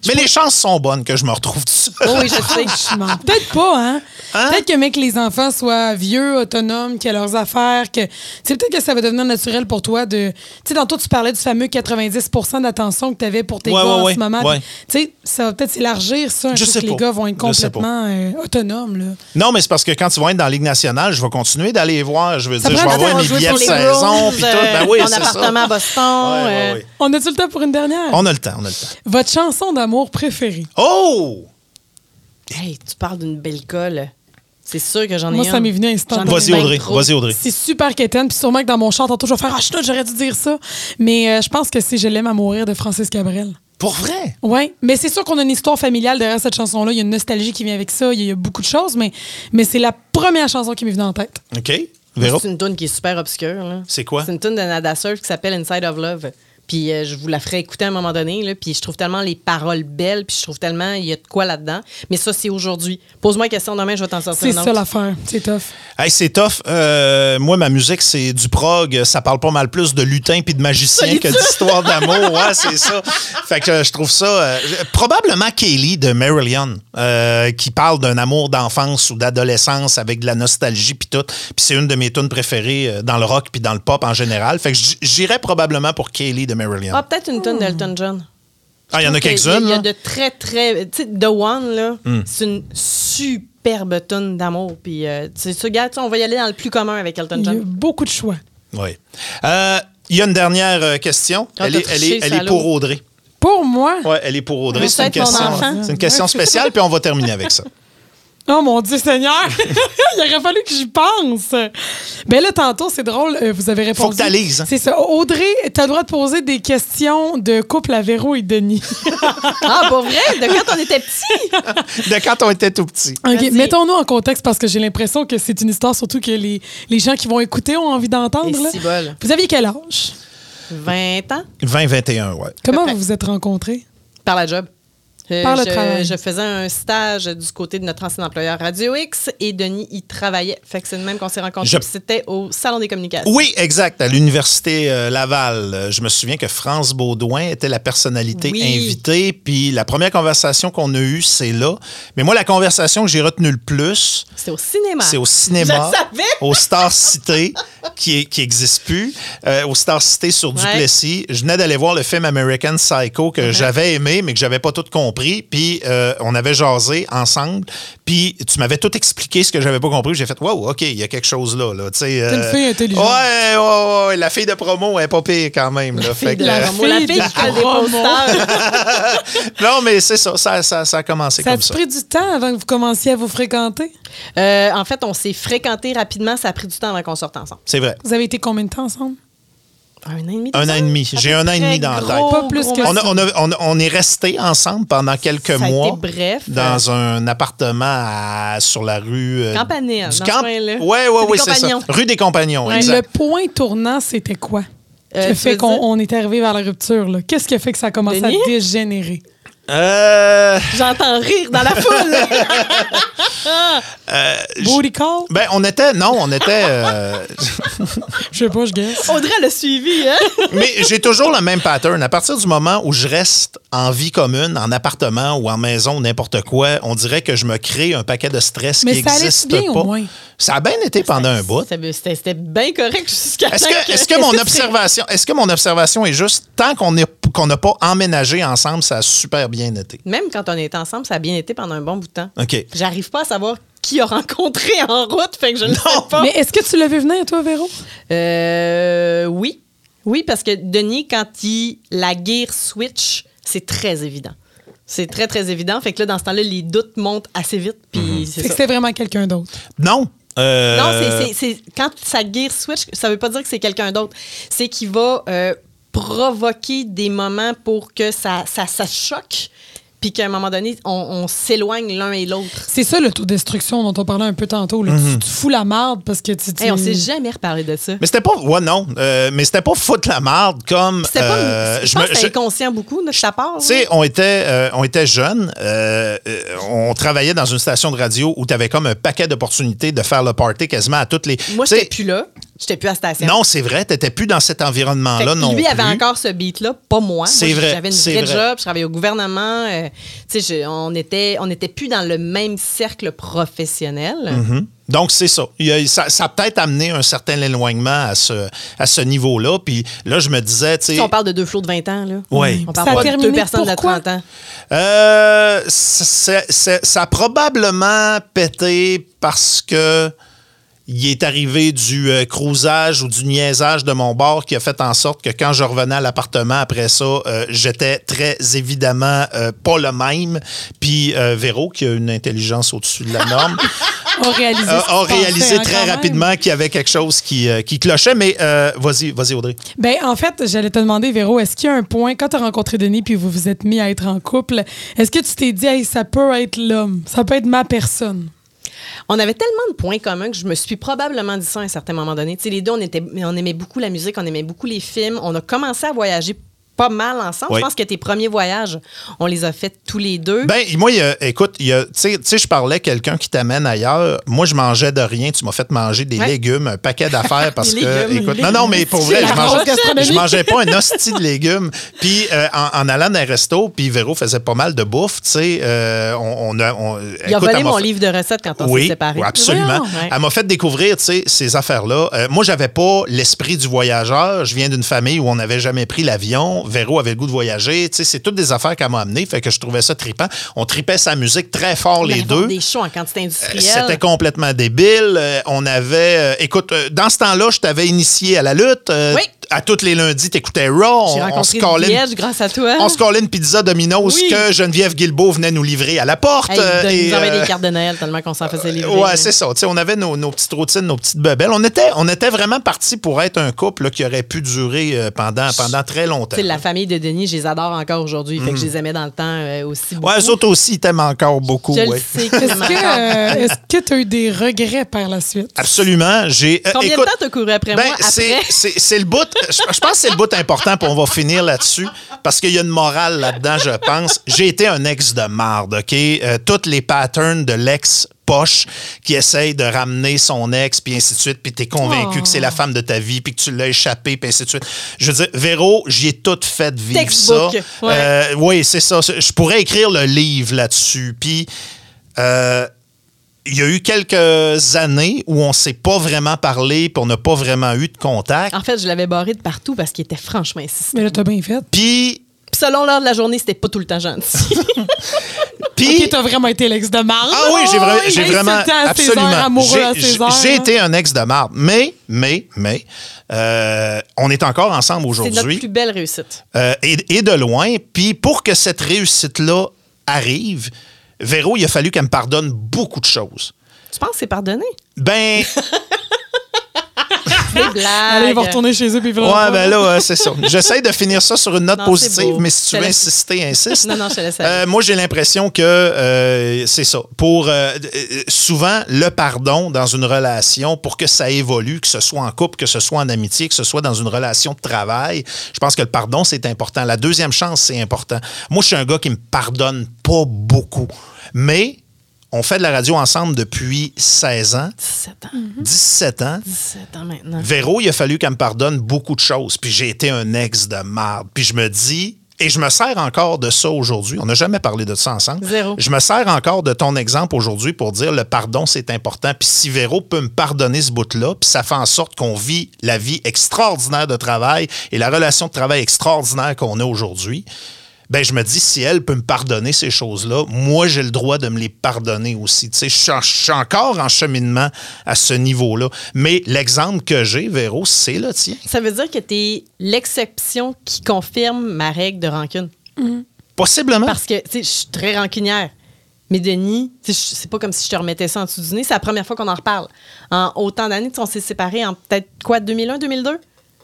Speaker 2: Mais les chances sont bonnes que je me retrouve tout seul.
Speaker 4: Oh oui, je sais.
Speaker 3: franchement, peut-être pas, hein? Peut-être que, mec, les enfants soient vieux, autonomes, qu'ils aient leurs affaires, que. Tu sais, peut-être que ça va devenir naturel pour toi de. Tu sais, tantôt, tu parlais du fameux 90 d'attention que tu avais pour tes
Speaker 2: Ouais,
Speaker 3: gars
Speaker 2: ouais,
Speaker 3: en
Speaker 2: ouais,
Speaker 3: ce moment.
Speaker 2: ouais.
Speaker 3: Tu sais, ça va peut-être s'élargir, ça, un
Speaker 2: Je
Speaker 3: peu,
Speaker 2: sais
Speaker 3: que les
Speaker 2: pas.
Speaker 3: gars vont être
Speaker 2: Je sais pas.
Speaker 3: complètement euh, autonomes, là.
Speaker 2: Non, mais c'est parce que quand ils vont être dans la Ligue nationale, je vais continuer d'aller les voir. Je veux
Speaker 3: Ça
Speaker 2: dire, je vais
Speaker 3: prend du temps
Speaker 2: avoir
Speaker 3: à
Speaker 2: mes
Speaker 3: jouer
Speaker 2: billets de
Speaker 3: pour les
Speaker 2: saison,
Speaker 4: Rose,
Speaker 2: puis tout. Ben oui,
Speaker 4: euh, ton
Speaker 2: c'est ça.
Speaker 4: appartement à Boston.
Speaker 2: Ouais, ouais,
Speaker 4: euh,
Speaker 2: ouais.
Speaker 3: On a-tu le temps pour une dernière?
Speaker 2: On a le temps, on a le temps.
Speaker 3: Votre chanson d'amour préférée?
Speaker 2: Oh!
Speaker 4: Hey, tu parles d'une belle colle. C'est sûr que j'en ai
Speaker 3: Moi,
Speaker 4: une.
Speaker 3: ça m'est venu instantanément.
Speaker 2: Vas-y,
Speaker 4: J'en ai bien
Speaker 2: Audrey.
Speaker 4: trop.
Speaker 2: Vas-y, Audrey.
Speaker 3: C'est super quétaine, puis sûrement que dans mon chant, tantôt, je vais faire Ah, chut, j'aurais dû dire ça. Mais euh, je pense que c'est Je l'aime à mourir de Francis Cabrel.
Speaker 2: Pour vrai?
Speaker 3: Oui, mais c'est sûr qu'on a une histoire familiale derrière cette chanson-là. Il y a une nostalgie qui vient avec ça. Il y a beaucoup de choses, mais, mais c'est la première chanson qui m'est venue en tête.
Speaker 2: OK. Véro?
Speaker 4: C'est une tune qui est super obscure. là.
Speaker 2: C'est quoi?
Speaker 4: C'est une tune de Nada Surf qui s'appelle Inside of Love. Puis euh, je vous la ferai écouter à un moment donné. là, puis je trouve tellement les paroles belles. Puis je trouve tellement il y a de quoi là-dedans. Mais ça, c'est aujourd'hui. Pose-moi la question demain, je vais t'en sortir
Speaker 3: C'est
Speaker 4: une autre.
Speaker 3: ça l'affaire. C'est tough.
Speaker 2: Hey, c'est tough. Euh, moi, ma musique, c'est du prog. Ça parle pas mal plus de lutin puis de magicien que d'histoire d'amour. Ouais, c'est ça. Fait que euh, je trouve ça. euh, probablement Kelly de Marillion, euh, qui parle d'un amour d'enfance ou d'adolescence avec de la nostalgie puis tout. Puis c'est une de mes tunes préférées euh, dans le rock puis dans le pop en général. Fait que j- j'irais probablement pour Kelly de Marillion.
Speaker 4: Ah, peut-être une tune
Speaker 3: Hmm.
Speaker 4: d'Elton John.
Speaker 2: Ah, il y en a quelques-unes.
Speaker 4: Il y a
Speaker 2: là. Hmm.
Speaker 4: de très, très. Tu sais, The One, là, c'est une superbe tonne d'amour. Puis, euh, tu sais, ça, regarde, tu sais, on va y aller dans le plus commun avec Elton
Speaker 3: Il y a
Speaker 4: John.
Speaker 3: beaucoup de choix.
Speaker 2: Oui. Euh, Il y a une dernière euh, question.
Speaker 4: Ah,
Speaker 2: elle
Speaker 4: t'as
Speaker 2: est, elle
Speaker 4: triché,
Speaker 2: est- elle est
Speaker 4: salaud.
Speaker 2: pour Audrey.
Speaker 3: Pour moi,
Speaker 2: Ouais, elle est pour Audrey. C'est
Speaker 4: Ça va
Speaker 2: une,
Speaker 4: être mon
Speaker 2: question,
Speaker 4: enfant.
Speaker 2: c'est une question spéciale, puis on va terminer avec ça.
Speaker 3: Oh mon Dieu Seigneur! Il aurait fallu que j'y pense. Ben là, tantôt, c'est drôle, euh, vous avez répondu.
Speaker 2: que t'alises, hein.
Speaker 3: C'est ça. Audrey, t'as le droit de poser des questions de couple à Véro et Denis.
Speaker 4: Ah, pour vrai? De quand on était petit?
Speaker 2: De quand on était tout petit.
Speaker 3: OK,
Speaker 4: Vas-y.
Speaker 3: mettons-nous en contexte parce que j'ai l'impression que c'est une histoire surtout que les, les gens qui vont écouter ont envie d'entendre.
Speaker 4: Et
Speaker 3: là.
Speaker 4: si bol.
Speaker 3: Vous aviez quel âge?
Speaker 4: 20 ans?
Speaker 2: 20-21, ouais.
Speaker 3: Comment
Speaker 4: près.
Speaker 3: vous vous êtes rencontrés?
Speaker 4: Par la job. Euh,
Speaker 3: Par le
Speaker 4: je,
Speaker 3: travail.
Speaker 4: je faisais un stage du côté de notre ancien employeur Radio X et Denis y travaillait. Fait que c'est le même qu'on s'est rencontrés.
Speaker 2: Je-
Speaker 4: Puis C'était au Salon des communications.
Speaker 2: Oui, exact. À l'université euh, Laval, Euh, je me souviens que France Baudouin était la personnalité
Speaker 4: Oui.
Speaker 2: invitée. Puis la première conversation qu'on a eue, c'est là. Mais moi, la conversation que j'ai retenue le plus,
Speaker 4: C'était au cinéma.
Speaker 2: c'est au cinéma,
Speaker 4: Je le savais!
Speaker 2: au Star Cité, qui est- qui existe plus, euh, au Star Cité sur
Speaker 4: Ouais. Mhm.
Speaker 2: Duplessis. Je venais d'aller voir le film American Psycho que j'avais aimé, mais que j'avais pas tout compris. Puis euh, on avait jasé ensemble. Puis tu m'avais tout expliqué ce que j'avais pas compris. J'ai fait, wow, OK, il y a quelque chose là. là. Tu sais, euh,
Speaker 3: une fille intelligente.
Speaker 2: Ouais, ouais, ouais, la fille de promo, elle est pas pire quand même. là. Fait que,
Speaker 4: La,
Speaker 3: La
Speaker 2: euh,
Speaker 4: promo, la
Speaker 3: fille
Speaker 4: fille
Speaker 3: de
Speaker 4: qui colle des
Speaker 3: promo.
Speaker 4: posters.
Speaker 2: non, mais c'est ça, ça, ça, ça a commencé
Speaker 3: Ça a
Speaker 2: comme ça.
Speaker 3: pris du temps avant que vous commenciez à vous fréquenter?
Speaker 4: Euh, en fait, on s'est fréquentés rapidement. Ça a pris du temps avant qu'on sorte ensemble.
Speaker 2: C'est vrai.
Speaker 3: Vous avez été combien de temps ensemble?
Speaker 4: Un an et demi.
Speaker 2: Un
Speaker 4: tout
Speaker 2: an
Speaker 4: ça?
Speaker 2: et demi. J'ai un an et demi dans la
Speaker 4: Gros,
Speaker 2: tête.
Speaker 3: Pas plus
Speaker 4: gros
Speaker 3: que
Speaker 2: On, a- on a- on a- on est resté ensemble pendant quelques
Speaker 4: Ça a été
Speaker 2: mois.
Speaker 4: bref.
Speaker 2: Dans un appartement à- sur la rue. euh,
Speaker 4: Campanelle,
Speaker 2: du
Speaker 4: dans ce coin-là.
Speaker 2: Oui, oui,
Speaker 4: Rue des
Speaker 2: oui, c'est ça.
Speaker 4: Compagnons.
Speaker 2: Rue des Compagnons,
Speaker 4: Ouais.
Speaker 2: exact.
Speaker 3: Le point tournant, c'était quoi?
Speaker 4: Euh,
Speaker 3: qui
Speaker 4: tu
Speaker 3: fait
Speaker 4: veux
Speaker 3: qu'on
Speaker 4: dire?
Speaker 3: on est arrivé vers la rupture? là? Qu'est-ce qui a fait que ça a commencé
Speaker 4: Denis?
Speaker 3: à dégénérer?
Speaker 2: Euh,
Speaker 4: J'entends rire dans la foule.
Speaker 3: Booty call?
Speaker 2: ben, on était. Non, on était. euh,
Speaker 3: Je sais pas, je guess.
Speaker 4: Audrey l'a suivi, hein?
Speaker 2: mais j'ai toujours le même pattern. À partir du moment où je reste en vie commune, en appartement ou en maison, n'importe quoi, on dirait que je me crée un paquet de stress
Speaker 3: Mais
Speaker 2: qui
Speaker 3: ça allait-tu
Speaker 2: n'existe pas.
Speaker 3: bien, au moins?
Speaker 2: Ça a bien été pendant un bout.
Speaker 4: C'était c'était bien correct jusqu'à
Speaker 2: Est-ce
Speaker 4: temps
Speaker 2: que, est-ce que mon
Speaker 4: c'est-
Speaker 2: observation, est-ce que mon observation est juste tant qu'on est- qu'on n'a pas emménagé ensemble, ça a super bien été.
Speaker 4: Même quand on était ensemble, ça a bien été pendant un bon bout de temps.
Speaker 2: Ok.
Speaker 4: J'arrive pas à savoir qui a rencontré en route, fait que je ne sais pas.
Speaker 2: Ah!
Speaker 3: Mais est-ce que tu l'as vu venir, toi, Véro?
Speaker 4: Euh, oui. Oui, parce que Denis, quand il la gear switch, c'est très évident. C'est très, très évident. Fait que là, dans ce temps-là, les doutes montent assez vite. Puis c'est
Speaker 3: Mhm. Fait que
Speaker 4: ça.
Speaker 3: c'était vraiment quelqu'un d'autre.
Speaker 2: Non. euh,
Speaker 4: Non, c'est- c'est- c'est quand sa gear switch, ça veut pas dire que c'est quelqu'un d'autre. C'est qu'il va euh, provoquer des moments pour que ça, ça, ça choque, puis qu'à un moment donné, on, on s'éloigne l'un et l'autre.
Speaker 3: C'est ça l'autodestruction dont on parlait un peu tantôt. là.
Speaker 2: Mhm.
Speaker 3: Tu, tu fous la marde parce que tu. tu...
Speaker 4: Hey, on s'est jamais reparlé de ça.
Speaker 2: Mais c'était pas. Ouais, non. euh, mais c'était pas foutre la marde comme.
Speaker 4: C'était pas.
Speaker 2: euh,
Speaker 4: je
Speaker 2: je me-
Speaker 4: pense que
Speaker 2: je-
Speaker 4: c'est inconscient beaucoup, de ta part.
Speaker 2: Tu sais, on était, euh, on était jeunes, euh, euh, on travaillait dans une station de radio où tu avais comme un paquet d'opportunités de faire le party quasiment à toutes les.
Speaker 4: Moi,
Speaker 2: tu sais,
Speaker 4: j'étais plus là. J'étais plus à la station.
Speaker 2: Non, c'est vrai, t'étais plus dans cet
Speaker 4: Fait
Speaker 2: environnement-là
Speaker 4: que
Speaker 2: non
Speaker 4: lui avait
Speaker 2: plus.
Speaker 4: encore ce beat-là, pas moi.
Speaker 2: C'est
Speaker 4: Moi,
Speaker 2: vrai,
Speaker 4: J'avais une
Speaker 2: c'est
Speaker 4: vraie
Speaker 2: vrai.
Speaker 4: job, je travaillais au gouvernement. euh, tu sais, je- on était, on était plus dans le même cercle professionnel.
Speaker 2: Mhm. Donc, c'est ça. Il y a- ça. ça a peut-être amené un certain éloignement à ce, à ce niveau-là. Puis là, je me disais, tu
Speaker 4: Si
Speaker 2: sais,
Speaker 4: on parle de deux flots de 20 ans, là.
Speaker 2: Ouais.
Speaker 4: On
Speaker 3: Ça a
Speaker 4: parle pas de
Speaker 3: terminé
Speaker 4: deux personnes de
Speaker 3: pourquoi?
Speaker 4: 30 ans.
Speaker 2: euh, c'est- c'est- ça a probablement pété parce que il il est arrivé du euh, crousage ou du niaisage de mon bord qui a fait en sorte que quand je revenais à l'appartement après ça, euh, j'étais très évidemment euh, pas le même. Puis euh, Véro, qui a une intelligence au-dessus de la norme,
Speaker 3: On réalisé. ce
Speaker 2: a,
Speaker 3: qui
Speaker 2: a
Speaker 3: se passait,
Speaker 2: réalisé
Speaker 3: hein, quand
Speaker 2: Euh, très
Speaker 3: même.
Speaker 2: rapidement qu'il y avait quelque chose qui, euh, qui clochait. Mais euh, vas-y, vas-y Audrey.
Speaker 3: Ben, en fait, j'allais te demander, Véro, est-ce qu'il y a un point, quand tu as rencontré Denis puis vous vous êtes mis à être en couple, est-ce que tu t'es dit, Hey, ça peut être l'homme, ça peut être ma personne?
Speaker 4: On avait tellement de points communs que je me suis probablement dit ça à un certain moment donné. Tu sais, les deux, on, était, on aimait beaucoup la musique, on aimait beaucoup les films. On a commencé à voyager pas mal ensemble.
Speaker 2: Oui.
Speaker 4: Je pense que tes premiers voyages, on les a faits tous les deux.
Speaker 2: Ben, moi, il y a- écoute, il y a- tu sais, tu sais, je parlais à quelqu'un qui t'amène ailleurs. Moi, je mangeais de rien. Tu m'as fait manger des
Speaker 4: Ouais.
Speaker 2: légumes, un paquet d'affaires parce que.
Speaker 4: Des légumes,
Speaker 2: écoute,
Speaker 4: des
Speaker 2: non, non, mais pour vrai,
Speaker 3: la
Speaker 2: je
Speaker 3: grosse
Speaker 2: mangeais,
Speaker 3: gastronomie.
Speaker 2: je mangeais pas un hostie de légumes. Puis, euh, en, en allant dans un resto, puis Véro faisait pas mal de bouffe, tu sais. euh, on, on a. on-
Speaker 4: Il a
Speaker 2: écoute,
Speaker 4: volé
Speaker 2: elle m'a
Speaker 4: mon
Speaker 2: fait-
Speaker 4: livre de recettes quand on
Speaker 2: oui,
Speaker 4: s'est séparés.
Speaker 2: oui, absolument.
Speaker 4: Voyons. Ouais.
Speaker 2: Elle m'a fait découvrir tu sais, ces affaires-là. Euh, moi, j'avais pas l'esprit du voyageur. Je viens d'une famille où on n'avait jamais pris l'avion. Véro avait le goût de voyager. Tu sais, c'est toutes des affaires qu'elle m'a amenées. Fait que je trouvais ça trippant. On tripait sa musique très fort,
Speaker 4: Ben,
Speaker 2: les
Speaker 4: vendre
Speaker 2: deux. Euh,
Speaker 4: Des shows en quantité industrielle.
Speaker 2: C'était complètement débile. Euh, on avait. euh, écoute, euh, dans ce temps-là, je t'avais initié à la lutte. Euh,
Speaker 4: Oui.
Speaker 2: À tous les lundis, t'écoutais Raw.
Speaker 4: J'ai
Speaker 2: On- On se
Speaker 4: rencontré
Speaker 2: collait une-
Speaker 4: Liège grâce à toi.
Speaker 2: on se collait une pizza Domino's
Speaker 4: Oui.
Speaker 2: que Geneviève Guilbeault venait nous livrer à la porte.
Speaker 4: Hey, il
Speaker 2: Euh,
Speaker 4: donne-
Speaker 2: et,
Speaker 4: nous envoyait
Speaker 2: euh,
Speaker 4: des cartes de Noël tellement qu'on s'en faisait livrer.
Speaker 2: Ouais, c'est ça. Tu sais, on avait nos, nos petites routines, nos petites bebelles. On était, on était vraiment parti pour être un couple là, qui aurait pu durer euh, pendant, pendant très longtemps.
Speaker 4: Tu sais, la famille de Denis, je les adore encore aujourd'hui. Fait que je les aimais dans le temps euh, aussi. beaucoup.
Speaker 2: Mhm. Ouais, eux autres aussi, ils t'aiment encore beaucoup.
Speaker 4: Je le
Speaker 2: ouais.
Speaker 4: sais. qu'ils
Speaker 3: Est-ce
Speaker 4: m'aiment
Speaker 3: que
Speaker 4: encore.
Speaker 3: euh, est-ce que tu as eu des regrets par la suite?
Speaker 2: Absolument. J'ai. euh,
Speaker 4: Combien
Speaker 2: écoute,
Speaker 4: de temps t'as couru après
Speaker 2: ben,
Speaker 4: moi?
Speaker 2: c'est-
Speaker 4: Après?
Speaker 2: c'est c'est le bout. Je, je pense que c'est le bout important, puis on va finir là-dessus, parce qu'il y a une morale là-dedans, je pense. J'ai été un ex de marde, OK? Euh, toutes les patterns de l'ex poche qui essaye de ramener son ex, puis ainsi de suite, puis t'es convaincu
Speaker 3: Oh.
Speaker 2: que c'est la femme de ta vie, puis que tu l'as échappé, puis ainsi de suite. Je veux dire, Véro, j'y ai tout fait vivre
Speaker 4: Textbook,
Speaker 2: ça.
Speaker 4: ouais.
Speaker 2: Euh, oui, c'est ça. Je pourrais écrire le livre là-dessus, puis... euh, il y a eu quelques années où on s'est pas vraiment parlé, puis on n'a pas vraiment eu de
Speaker 3: Ah.
Speaker 2: contact.
Speaker 4: En fait, je l'avais barré de partout parce qu'il était franchement insistant.
Speaker 3: Mais là, t'as bien fait.
Speaker 2: Puis,
Speaker 4: Puis selon l'heure de la journée, c'était pas tout le temps gentil.
Speaker 2: puis
Speaker 3: Ok, t'as vraiment été l'ex de marde.
Speaker 2: ah oui, j'ai vraiment, j'ai vraiment,
Speaker 3: insultant à ses heures,
Speaker 2: absolument,
Speaker 3: amoureux à
Speaker 2: J'ai-
Speaker 3: ses
Speaker 2: j'ai-
Speaker 3: heures,
Speaker 2: j'ai
Speaker 3: hein.
Speaker 2: été un ex de marde, mais, mais, mais, euh, on est encore ensemble
Speaker 4: c'est notre
Speaker 2: aujourd'hui
Speaker 4: plus belle réussite.
Speaker 2: euh, et, et de loin. Puis pour que cette réussite là arrive, Véro, il a fallu qu'elle me pardonne beaucoup de choses.
Speaker 4: Tu penses que c'est pardonné?
Speaker 2: Ben,
Speaker 4: Des blagues.
Speaker 3: Allez, ils vont retourner chez eux puis ils vont
Speaker 2: Ouais, ben là, ouais, c'est ça. J'essaie de finir ça sur une note
Speaker 4: Non, c'est
Speaker 2: positive,
Speaker 4: beau.
Speaker 2: mais si tu
Speaker 4: Je
Speaker 2: veux
Speaker 4: te laisse-
Speaker 2: insister, insiste.
Speaker 4: Non, non, je te laisse aller.
Speaker 2: Euh, moi, j'ai l'impression que euh, c'est ça. Pour euh, euh, souvent, le pardon dans une relation, pour que ça évolue, que ce soit en couple, que ce soit en amitié, que ce soit dans une relation de travail, je pense que le pardon, c'est important. La deuxième chance, c'est important. Moi, je suis un gars qui me pardonne pas beaucoup. Mais on fait de la radio ensemble depuis 16 ans,
Speaker 4: 17 ans.
Speaker 2: 17 ans.
Speaker 4: 17 Mmh. ans maintenant.
Speaker 2: Véro, il a fallu qu'elle me pardonne beaucoup de choses. Puis j'ai été un ex de marde. Puis je me dis, et je me sers encore de ça aujourd'hui. On n'a jamais parlé de ça ensemble.
Speaker 4: Zéro.
Speaker 2: Je me sers encore de ton exemple aujourd'hui pour dire le pardon, c'est important. Puis si Véro peut me pardonner ce bout-là, puis ça fait en sorte qu'on vit la vie extraordinaire de travail et la relation de travail extraordinaire qu'on a aujourd'hui. Ben, je me dis, si elle peut me pardonner ces choses-là, moi, j'ai le droit de me les pardonner aussi. Tu sais, je suis en- je suis encore en cheminement à ce niveau-là. Mais l'exemple que j'ai, Véro, c'est le tien.
Speaker 4: Ça veut dire que t'es l'exception qui confirme ma règle de rancune.
Speaker 2: Possiblement.
Speaker 4: Parce que, tu sais, je suis très rancunière. Mais Denis, tu sais, je- c'est pas comme si je te remettais ça en dessous du nez. C'est la première fois qu'on en reparle. En autant d'années, tu sais, on s'est séparés en peut-être quoi, 2001, 2002?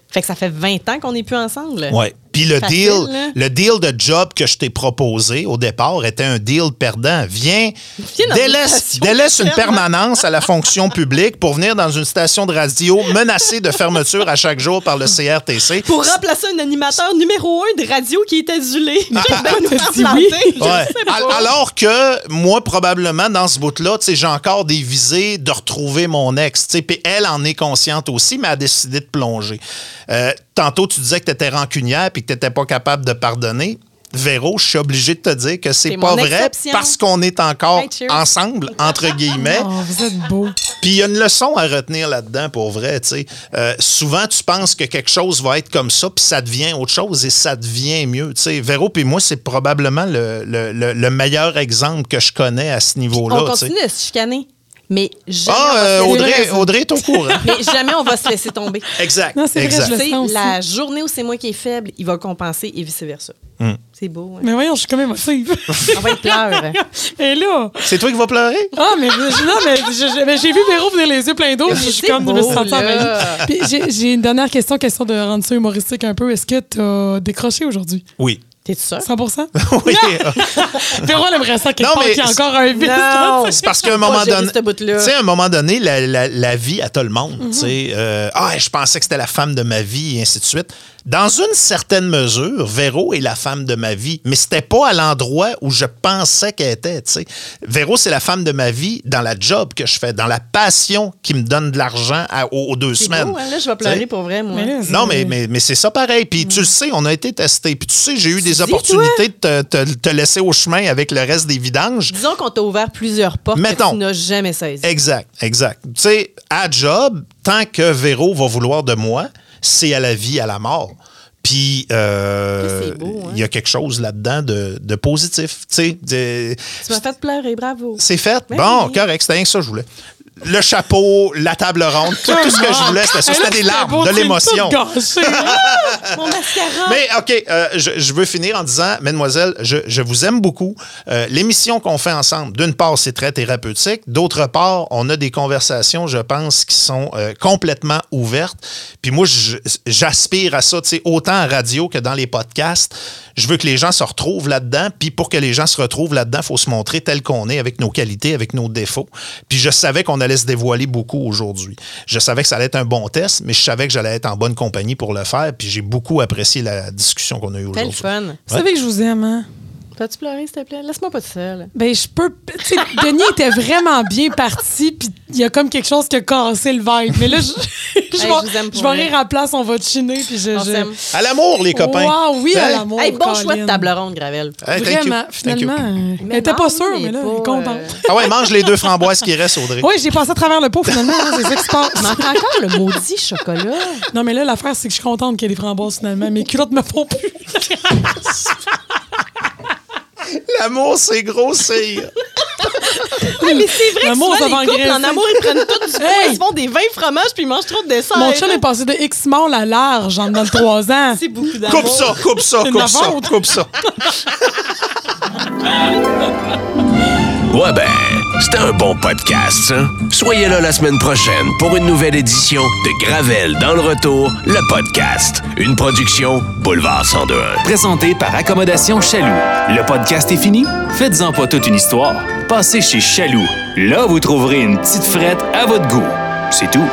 Speaker 4: Fait que ça fait 20 ans qu'on n'est plus ensemble.
Speaker 2: Ouais. Puis le
Speaker 4: Facile,
Speaker 2: deal,
Speaker 4: là.
Speaker 2: le deal de job que je t'ai proposé au départ était un deal perdant. Viens,
Speaker 4: dans une
Speaker 2: délaisse,
Speaker 4: station
Speaker 2: délaisse une
Speaker 4: ferme.
Speaker 2: permanence à la fonction publique pour venir dans une station de radio menacée de fermeture à chaque jour par le CRTC.
Speaker 4: Pour remplacer un animateur numéro un de radio qui est azulé. Qu'est-ce qu'on nous faire
Speaker 3: dit
Speaker 4: planter?
Speaker 3: oui.
Speaker 4: Je
Speaker 2: Ah, Ouais.
Speaker 4: sais pas.
Speaker 2: Al- Alors que moi, probablement, dans ce bout-là, tu sais, j'ai encore des visées de retrouver mon ex. tu sais. Puis elle en est consciente aussi, mais elle a décidé de plonger. Euh, tantôt, tu disais que tu étais rancunière puis que tu n'étais pas capable de pardonner. Véro, je suis obligé de te dire que c'est
Speaker 4: C'est
Speaker 2: pas
Speaker 4: mon
Speaker 2: vrai
Speaker 4: exception.
Speaker 2: parce qu'on est encore
Speaker 4: Hey, cheers.
Speaker 2: ensemble, entre guillemets.
Speaker 3: Oh, vous êtes beau.
Speaker 2: Puis il y a une leçon à retenir là-dedans pour vrai, tu sais. Euh, souvent, tu penses que quelque chose va être comme ça, puis ça devient autre chose et ça devient mieux, tu sais. Véro, puis moi, c'est probablement le, le- le- le meilleur exemple que je connais à ce
Speaker 4: On
Speaker 2: niveau-là, tu sais.
Speaker 4: continue de se chicaner. Mais jamais,
Speaker 2: Ah, euh,
Speaker 4: on va se laisser-
Speaker 2: Audrey, Audrey est au courant.
Speaker 4: mais jamais on va se laisser tomber.
Speaker 2: exact.
Speaker 3: Non, c'est vrai,
Speaker 2: exact.
Speaker 3: je le
Speaker 4: Tu sais,
Speaker 3: sens aussi.
Speaker 4: la journée où c'est moi qui est faible, il va compenser et vice-versa.
Speaker 2: Hmm.
Speaker 4: C'est beau. hein.
Speaker 3: Mais voyons, je suis quand même émotive.
Speaker 4: On va être hein. pleure.
Speaker 3: Et là,
Speaker 2: C'est toi qui vas pleurer?
Speaker 3: ah, mais, je- non, mais je- je- mais j'ai vu Véro venir les yeux pleins d'eau, puis je
Speaker 4: C'est
Speaker 3: suis comme, je me suis
Speaker 4: beau,
Speaker 3: sentie
Speaker 4: là.
Speaker 3: envahie. Puis j'ai- J'ai une dernière question, question de rendre ça humoristique un peu. Est-ce que t'as décroché aujourd'hui?
Speaker 2: Oui.
Speaker 4: T'es-tu sûr?
Speaker 3: 100
Speaker 2: oui.
Speaker 3: Véro, elle aimerait ça quelque
Speaker 2: Non,
Speaker 3: part
Speaker 2: mais
Speaker 3: qu'il y a
Speaker 2: c'est-
Speaker 3: encore un vice.
Speaker 4: Non.
Speaker 2: C'est parce qu'à un moment
Speaker 4: Moi, j'ai
Speaker 2: donné,
Speaker 4: vu ce bout-là.
Speaker 2: tu sais, à un moment donné, la, la- la vie à tout le monde, tu sais, euh, ah, je pensais que c'était la femme de ma vie et ainsi de suite. Dans une certaine mesure, Véro est la femme de ma vie, mais c'était pas à l'endroit où je pensais qu'elle était, tu sais. Véro, c'est la femme de ma vie dans la job que je fais, dans la passion qui me donne de l'argent à- aux, aux deux
Speaker 4: C'est
Speaker 2: semaines.
Speaker 4: beau, hein? Là, je vais
Speaker 2: Tu sais.
Speaker 4: pleurer pour vrai, moi.
Speaker 3: Mais-
Speaker 2: Non, mais, mais, mais c'est ça pareil. Puis tu le sais, on a été testé. Puis tu sais, j'ai eu des
Speaker 4: Dis-toi.
Speaker 2: opportunités de te, te- te laisser au chemin avec le reste des vidanges.
Speaker 4: Disons qu'on t'a ouvert plusieurs portes
Speaker 2: Mettons.
Speaker 4: que tu n'as jamais saisies.
Speaker 2: Exact, exact. Tu sais, à job, tant que Véro va vouloir de moi, c'est à la vie, à la mort. Puis, euh,
Speaker 4: Ça,
Speaker 2: il
Speaker 4: c'est beau, hein?
Speaker 2: y a quelque chose là-dedans de, de positif. Tu sais, de-
Speaker 4: Tu m'as fait pleurer, bravo.
Speaker 2: c'est fait.
Speaker 4: Ben
Speaker 2: bon,
Speaker 4: oui.
Speaker 2: correct, c'était rien que ça que je voulais. Le chapeau, la table ronde, tout, tout ce que je voulais, c'était ça.
Speaker 3: Hey, là,
Speaker 2: C'était des larmes,
Speaker 3: beau,
Speaker 2: de
Speaker 3: tu me
Speaker 2: l'émotion.
Speaker 3: tout gâché.
Speaker 4: Mon mascara!
Speaker 2: Mais OK, euh, je, je veux finir en disant, mademoiselle, je, je vous aime beaucoup. Euh, L'émission qu'on fait ensemble, d'une part, c'est très thérapeutique. D'autre part, on a des conversations, je pense, qui sont euh, complètement ouvertes. Puis moi, je- j'aspire à ça, tu sais, autant en radio que dans les podcasts. Je veux que les gens se retrouvent là-dedans. Puis pour que les gens se retrouvent là-dedans, il faut se montrer tel qu'on est, avec nos qualités, avec nos défauts. Puis je savais qu'on allait se dévoiler beaucoup aujourd'hui. Je savais que ça allait être un bon test, mais je savais que j'allais être en bonne compagnie pour le faire. Puis j'ai beaucoup apprécié la discussion qu'on a eue
Speaker 4: Tel
Speaker 2: aujourd'hui.
Speaker 4: fun.
Speaker 3: Vous savez que je vous aime, hein?
Speaker 4: T'as-tu pleuré, s'il te plaît? Laisse-moi pas tout seul.
Speaker 3: Ben, je peux. Tu sais, Denis était vraiment bien parti, puis il y a comme quelque chose qui a cassé le vibe. Mais là, je, je,
Speaker 4: Hey,
Speaker 3: vais-
Speaker 4: je vous aime pour
Speaker 3: je vais
Speaker 4: vrai.
Speaker 3: rire à place, on va chiner, puis je.
Speaker 4: On
Speaker 3: je-
Speaker 4: s'aime.
Speaker 2: À l'amour, les copains. Hein?
Speaker 3: Wow, oui, à
Speaker 2: Hey.
Speaker 3: l'amour.
Speaker 4: Hey, bon choix de
Speaker 3: Colin.
Speaker 4: table ronde, Gravel.
Speaker 2: Hey, thank you,
Speaker 3: Vraiment,
Speaker 2: thank you.
Speaker 3: finalement. euh,
Speaker 4: Mais
Speaker 3: Elle était pas
Speaker 4: non,
Speaker 3: sûre,
Speaker 4: mais
Speaker 3: mais là,
Speaker 4: pas,
Speaker 3: elle est contente.
Speaker 4: euh,
Speaker 2: Ah ouais, mange les deux framboises qui restent, Audrey.
Speaker 3: Oui, j'ai passé à travers le pot, finalement. hein, c'est ça qui se passe.
Speaker 4: Manque encore le maudit chocolat.
Speaker 3: Non, mais là, l'affaire, c'est que je suis contente qu'il y ait des framboises, finalement. Mes culottes me font plus.
Speaker 2: L'amour, c'est grossir.
Speaker 4: mais c'est vrai que
Speaker 3: L'amour,
Speaker 4: souvent,
Speaker 3: ça
Speaker 4: les
Speaker 3: va
Speaker 4: couples, en
Speaker 3: engraisser.
Speaker 4: amour, ils prennent tout du poids.
Speaker 3: Hey!
Speaker 4: Ils se font des 20 fromages puis ils mangent trop de dessert.
Speaker 3: Mon chum est passé de X mol à large en dedans de 3 ans.
Speaker 4: C'est beaucoup d'amour.
Speaker 2: Coupe ça, coupe ça,
Speaker 3: C'est une
Speaker 2: coupe ça,
Speaker 3: honte.
Speaker 2: coupe ça.
Speaker 5: Ouais ben, c'était un bon podcast, ça. Soyez là la semaine prochaine pour une nouvelle édition de Gravel dans le retour, le podcast. Une production Boulevard 102.1.
Speaker 1: Présenté par Accommodation Chaloux. Le podcast est fini? Faites-en pas toute une histoire. Passez chez Chaloux. Là, vous trouverez une petite frette à votre goût. C'est tout.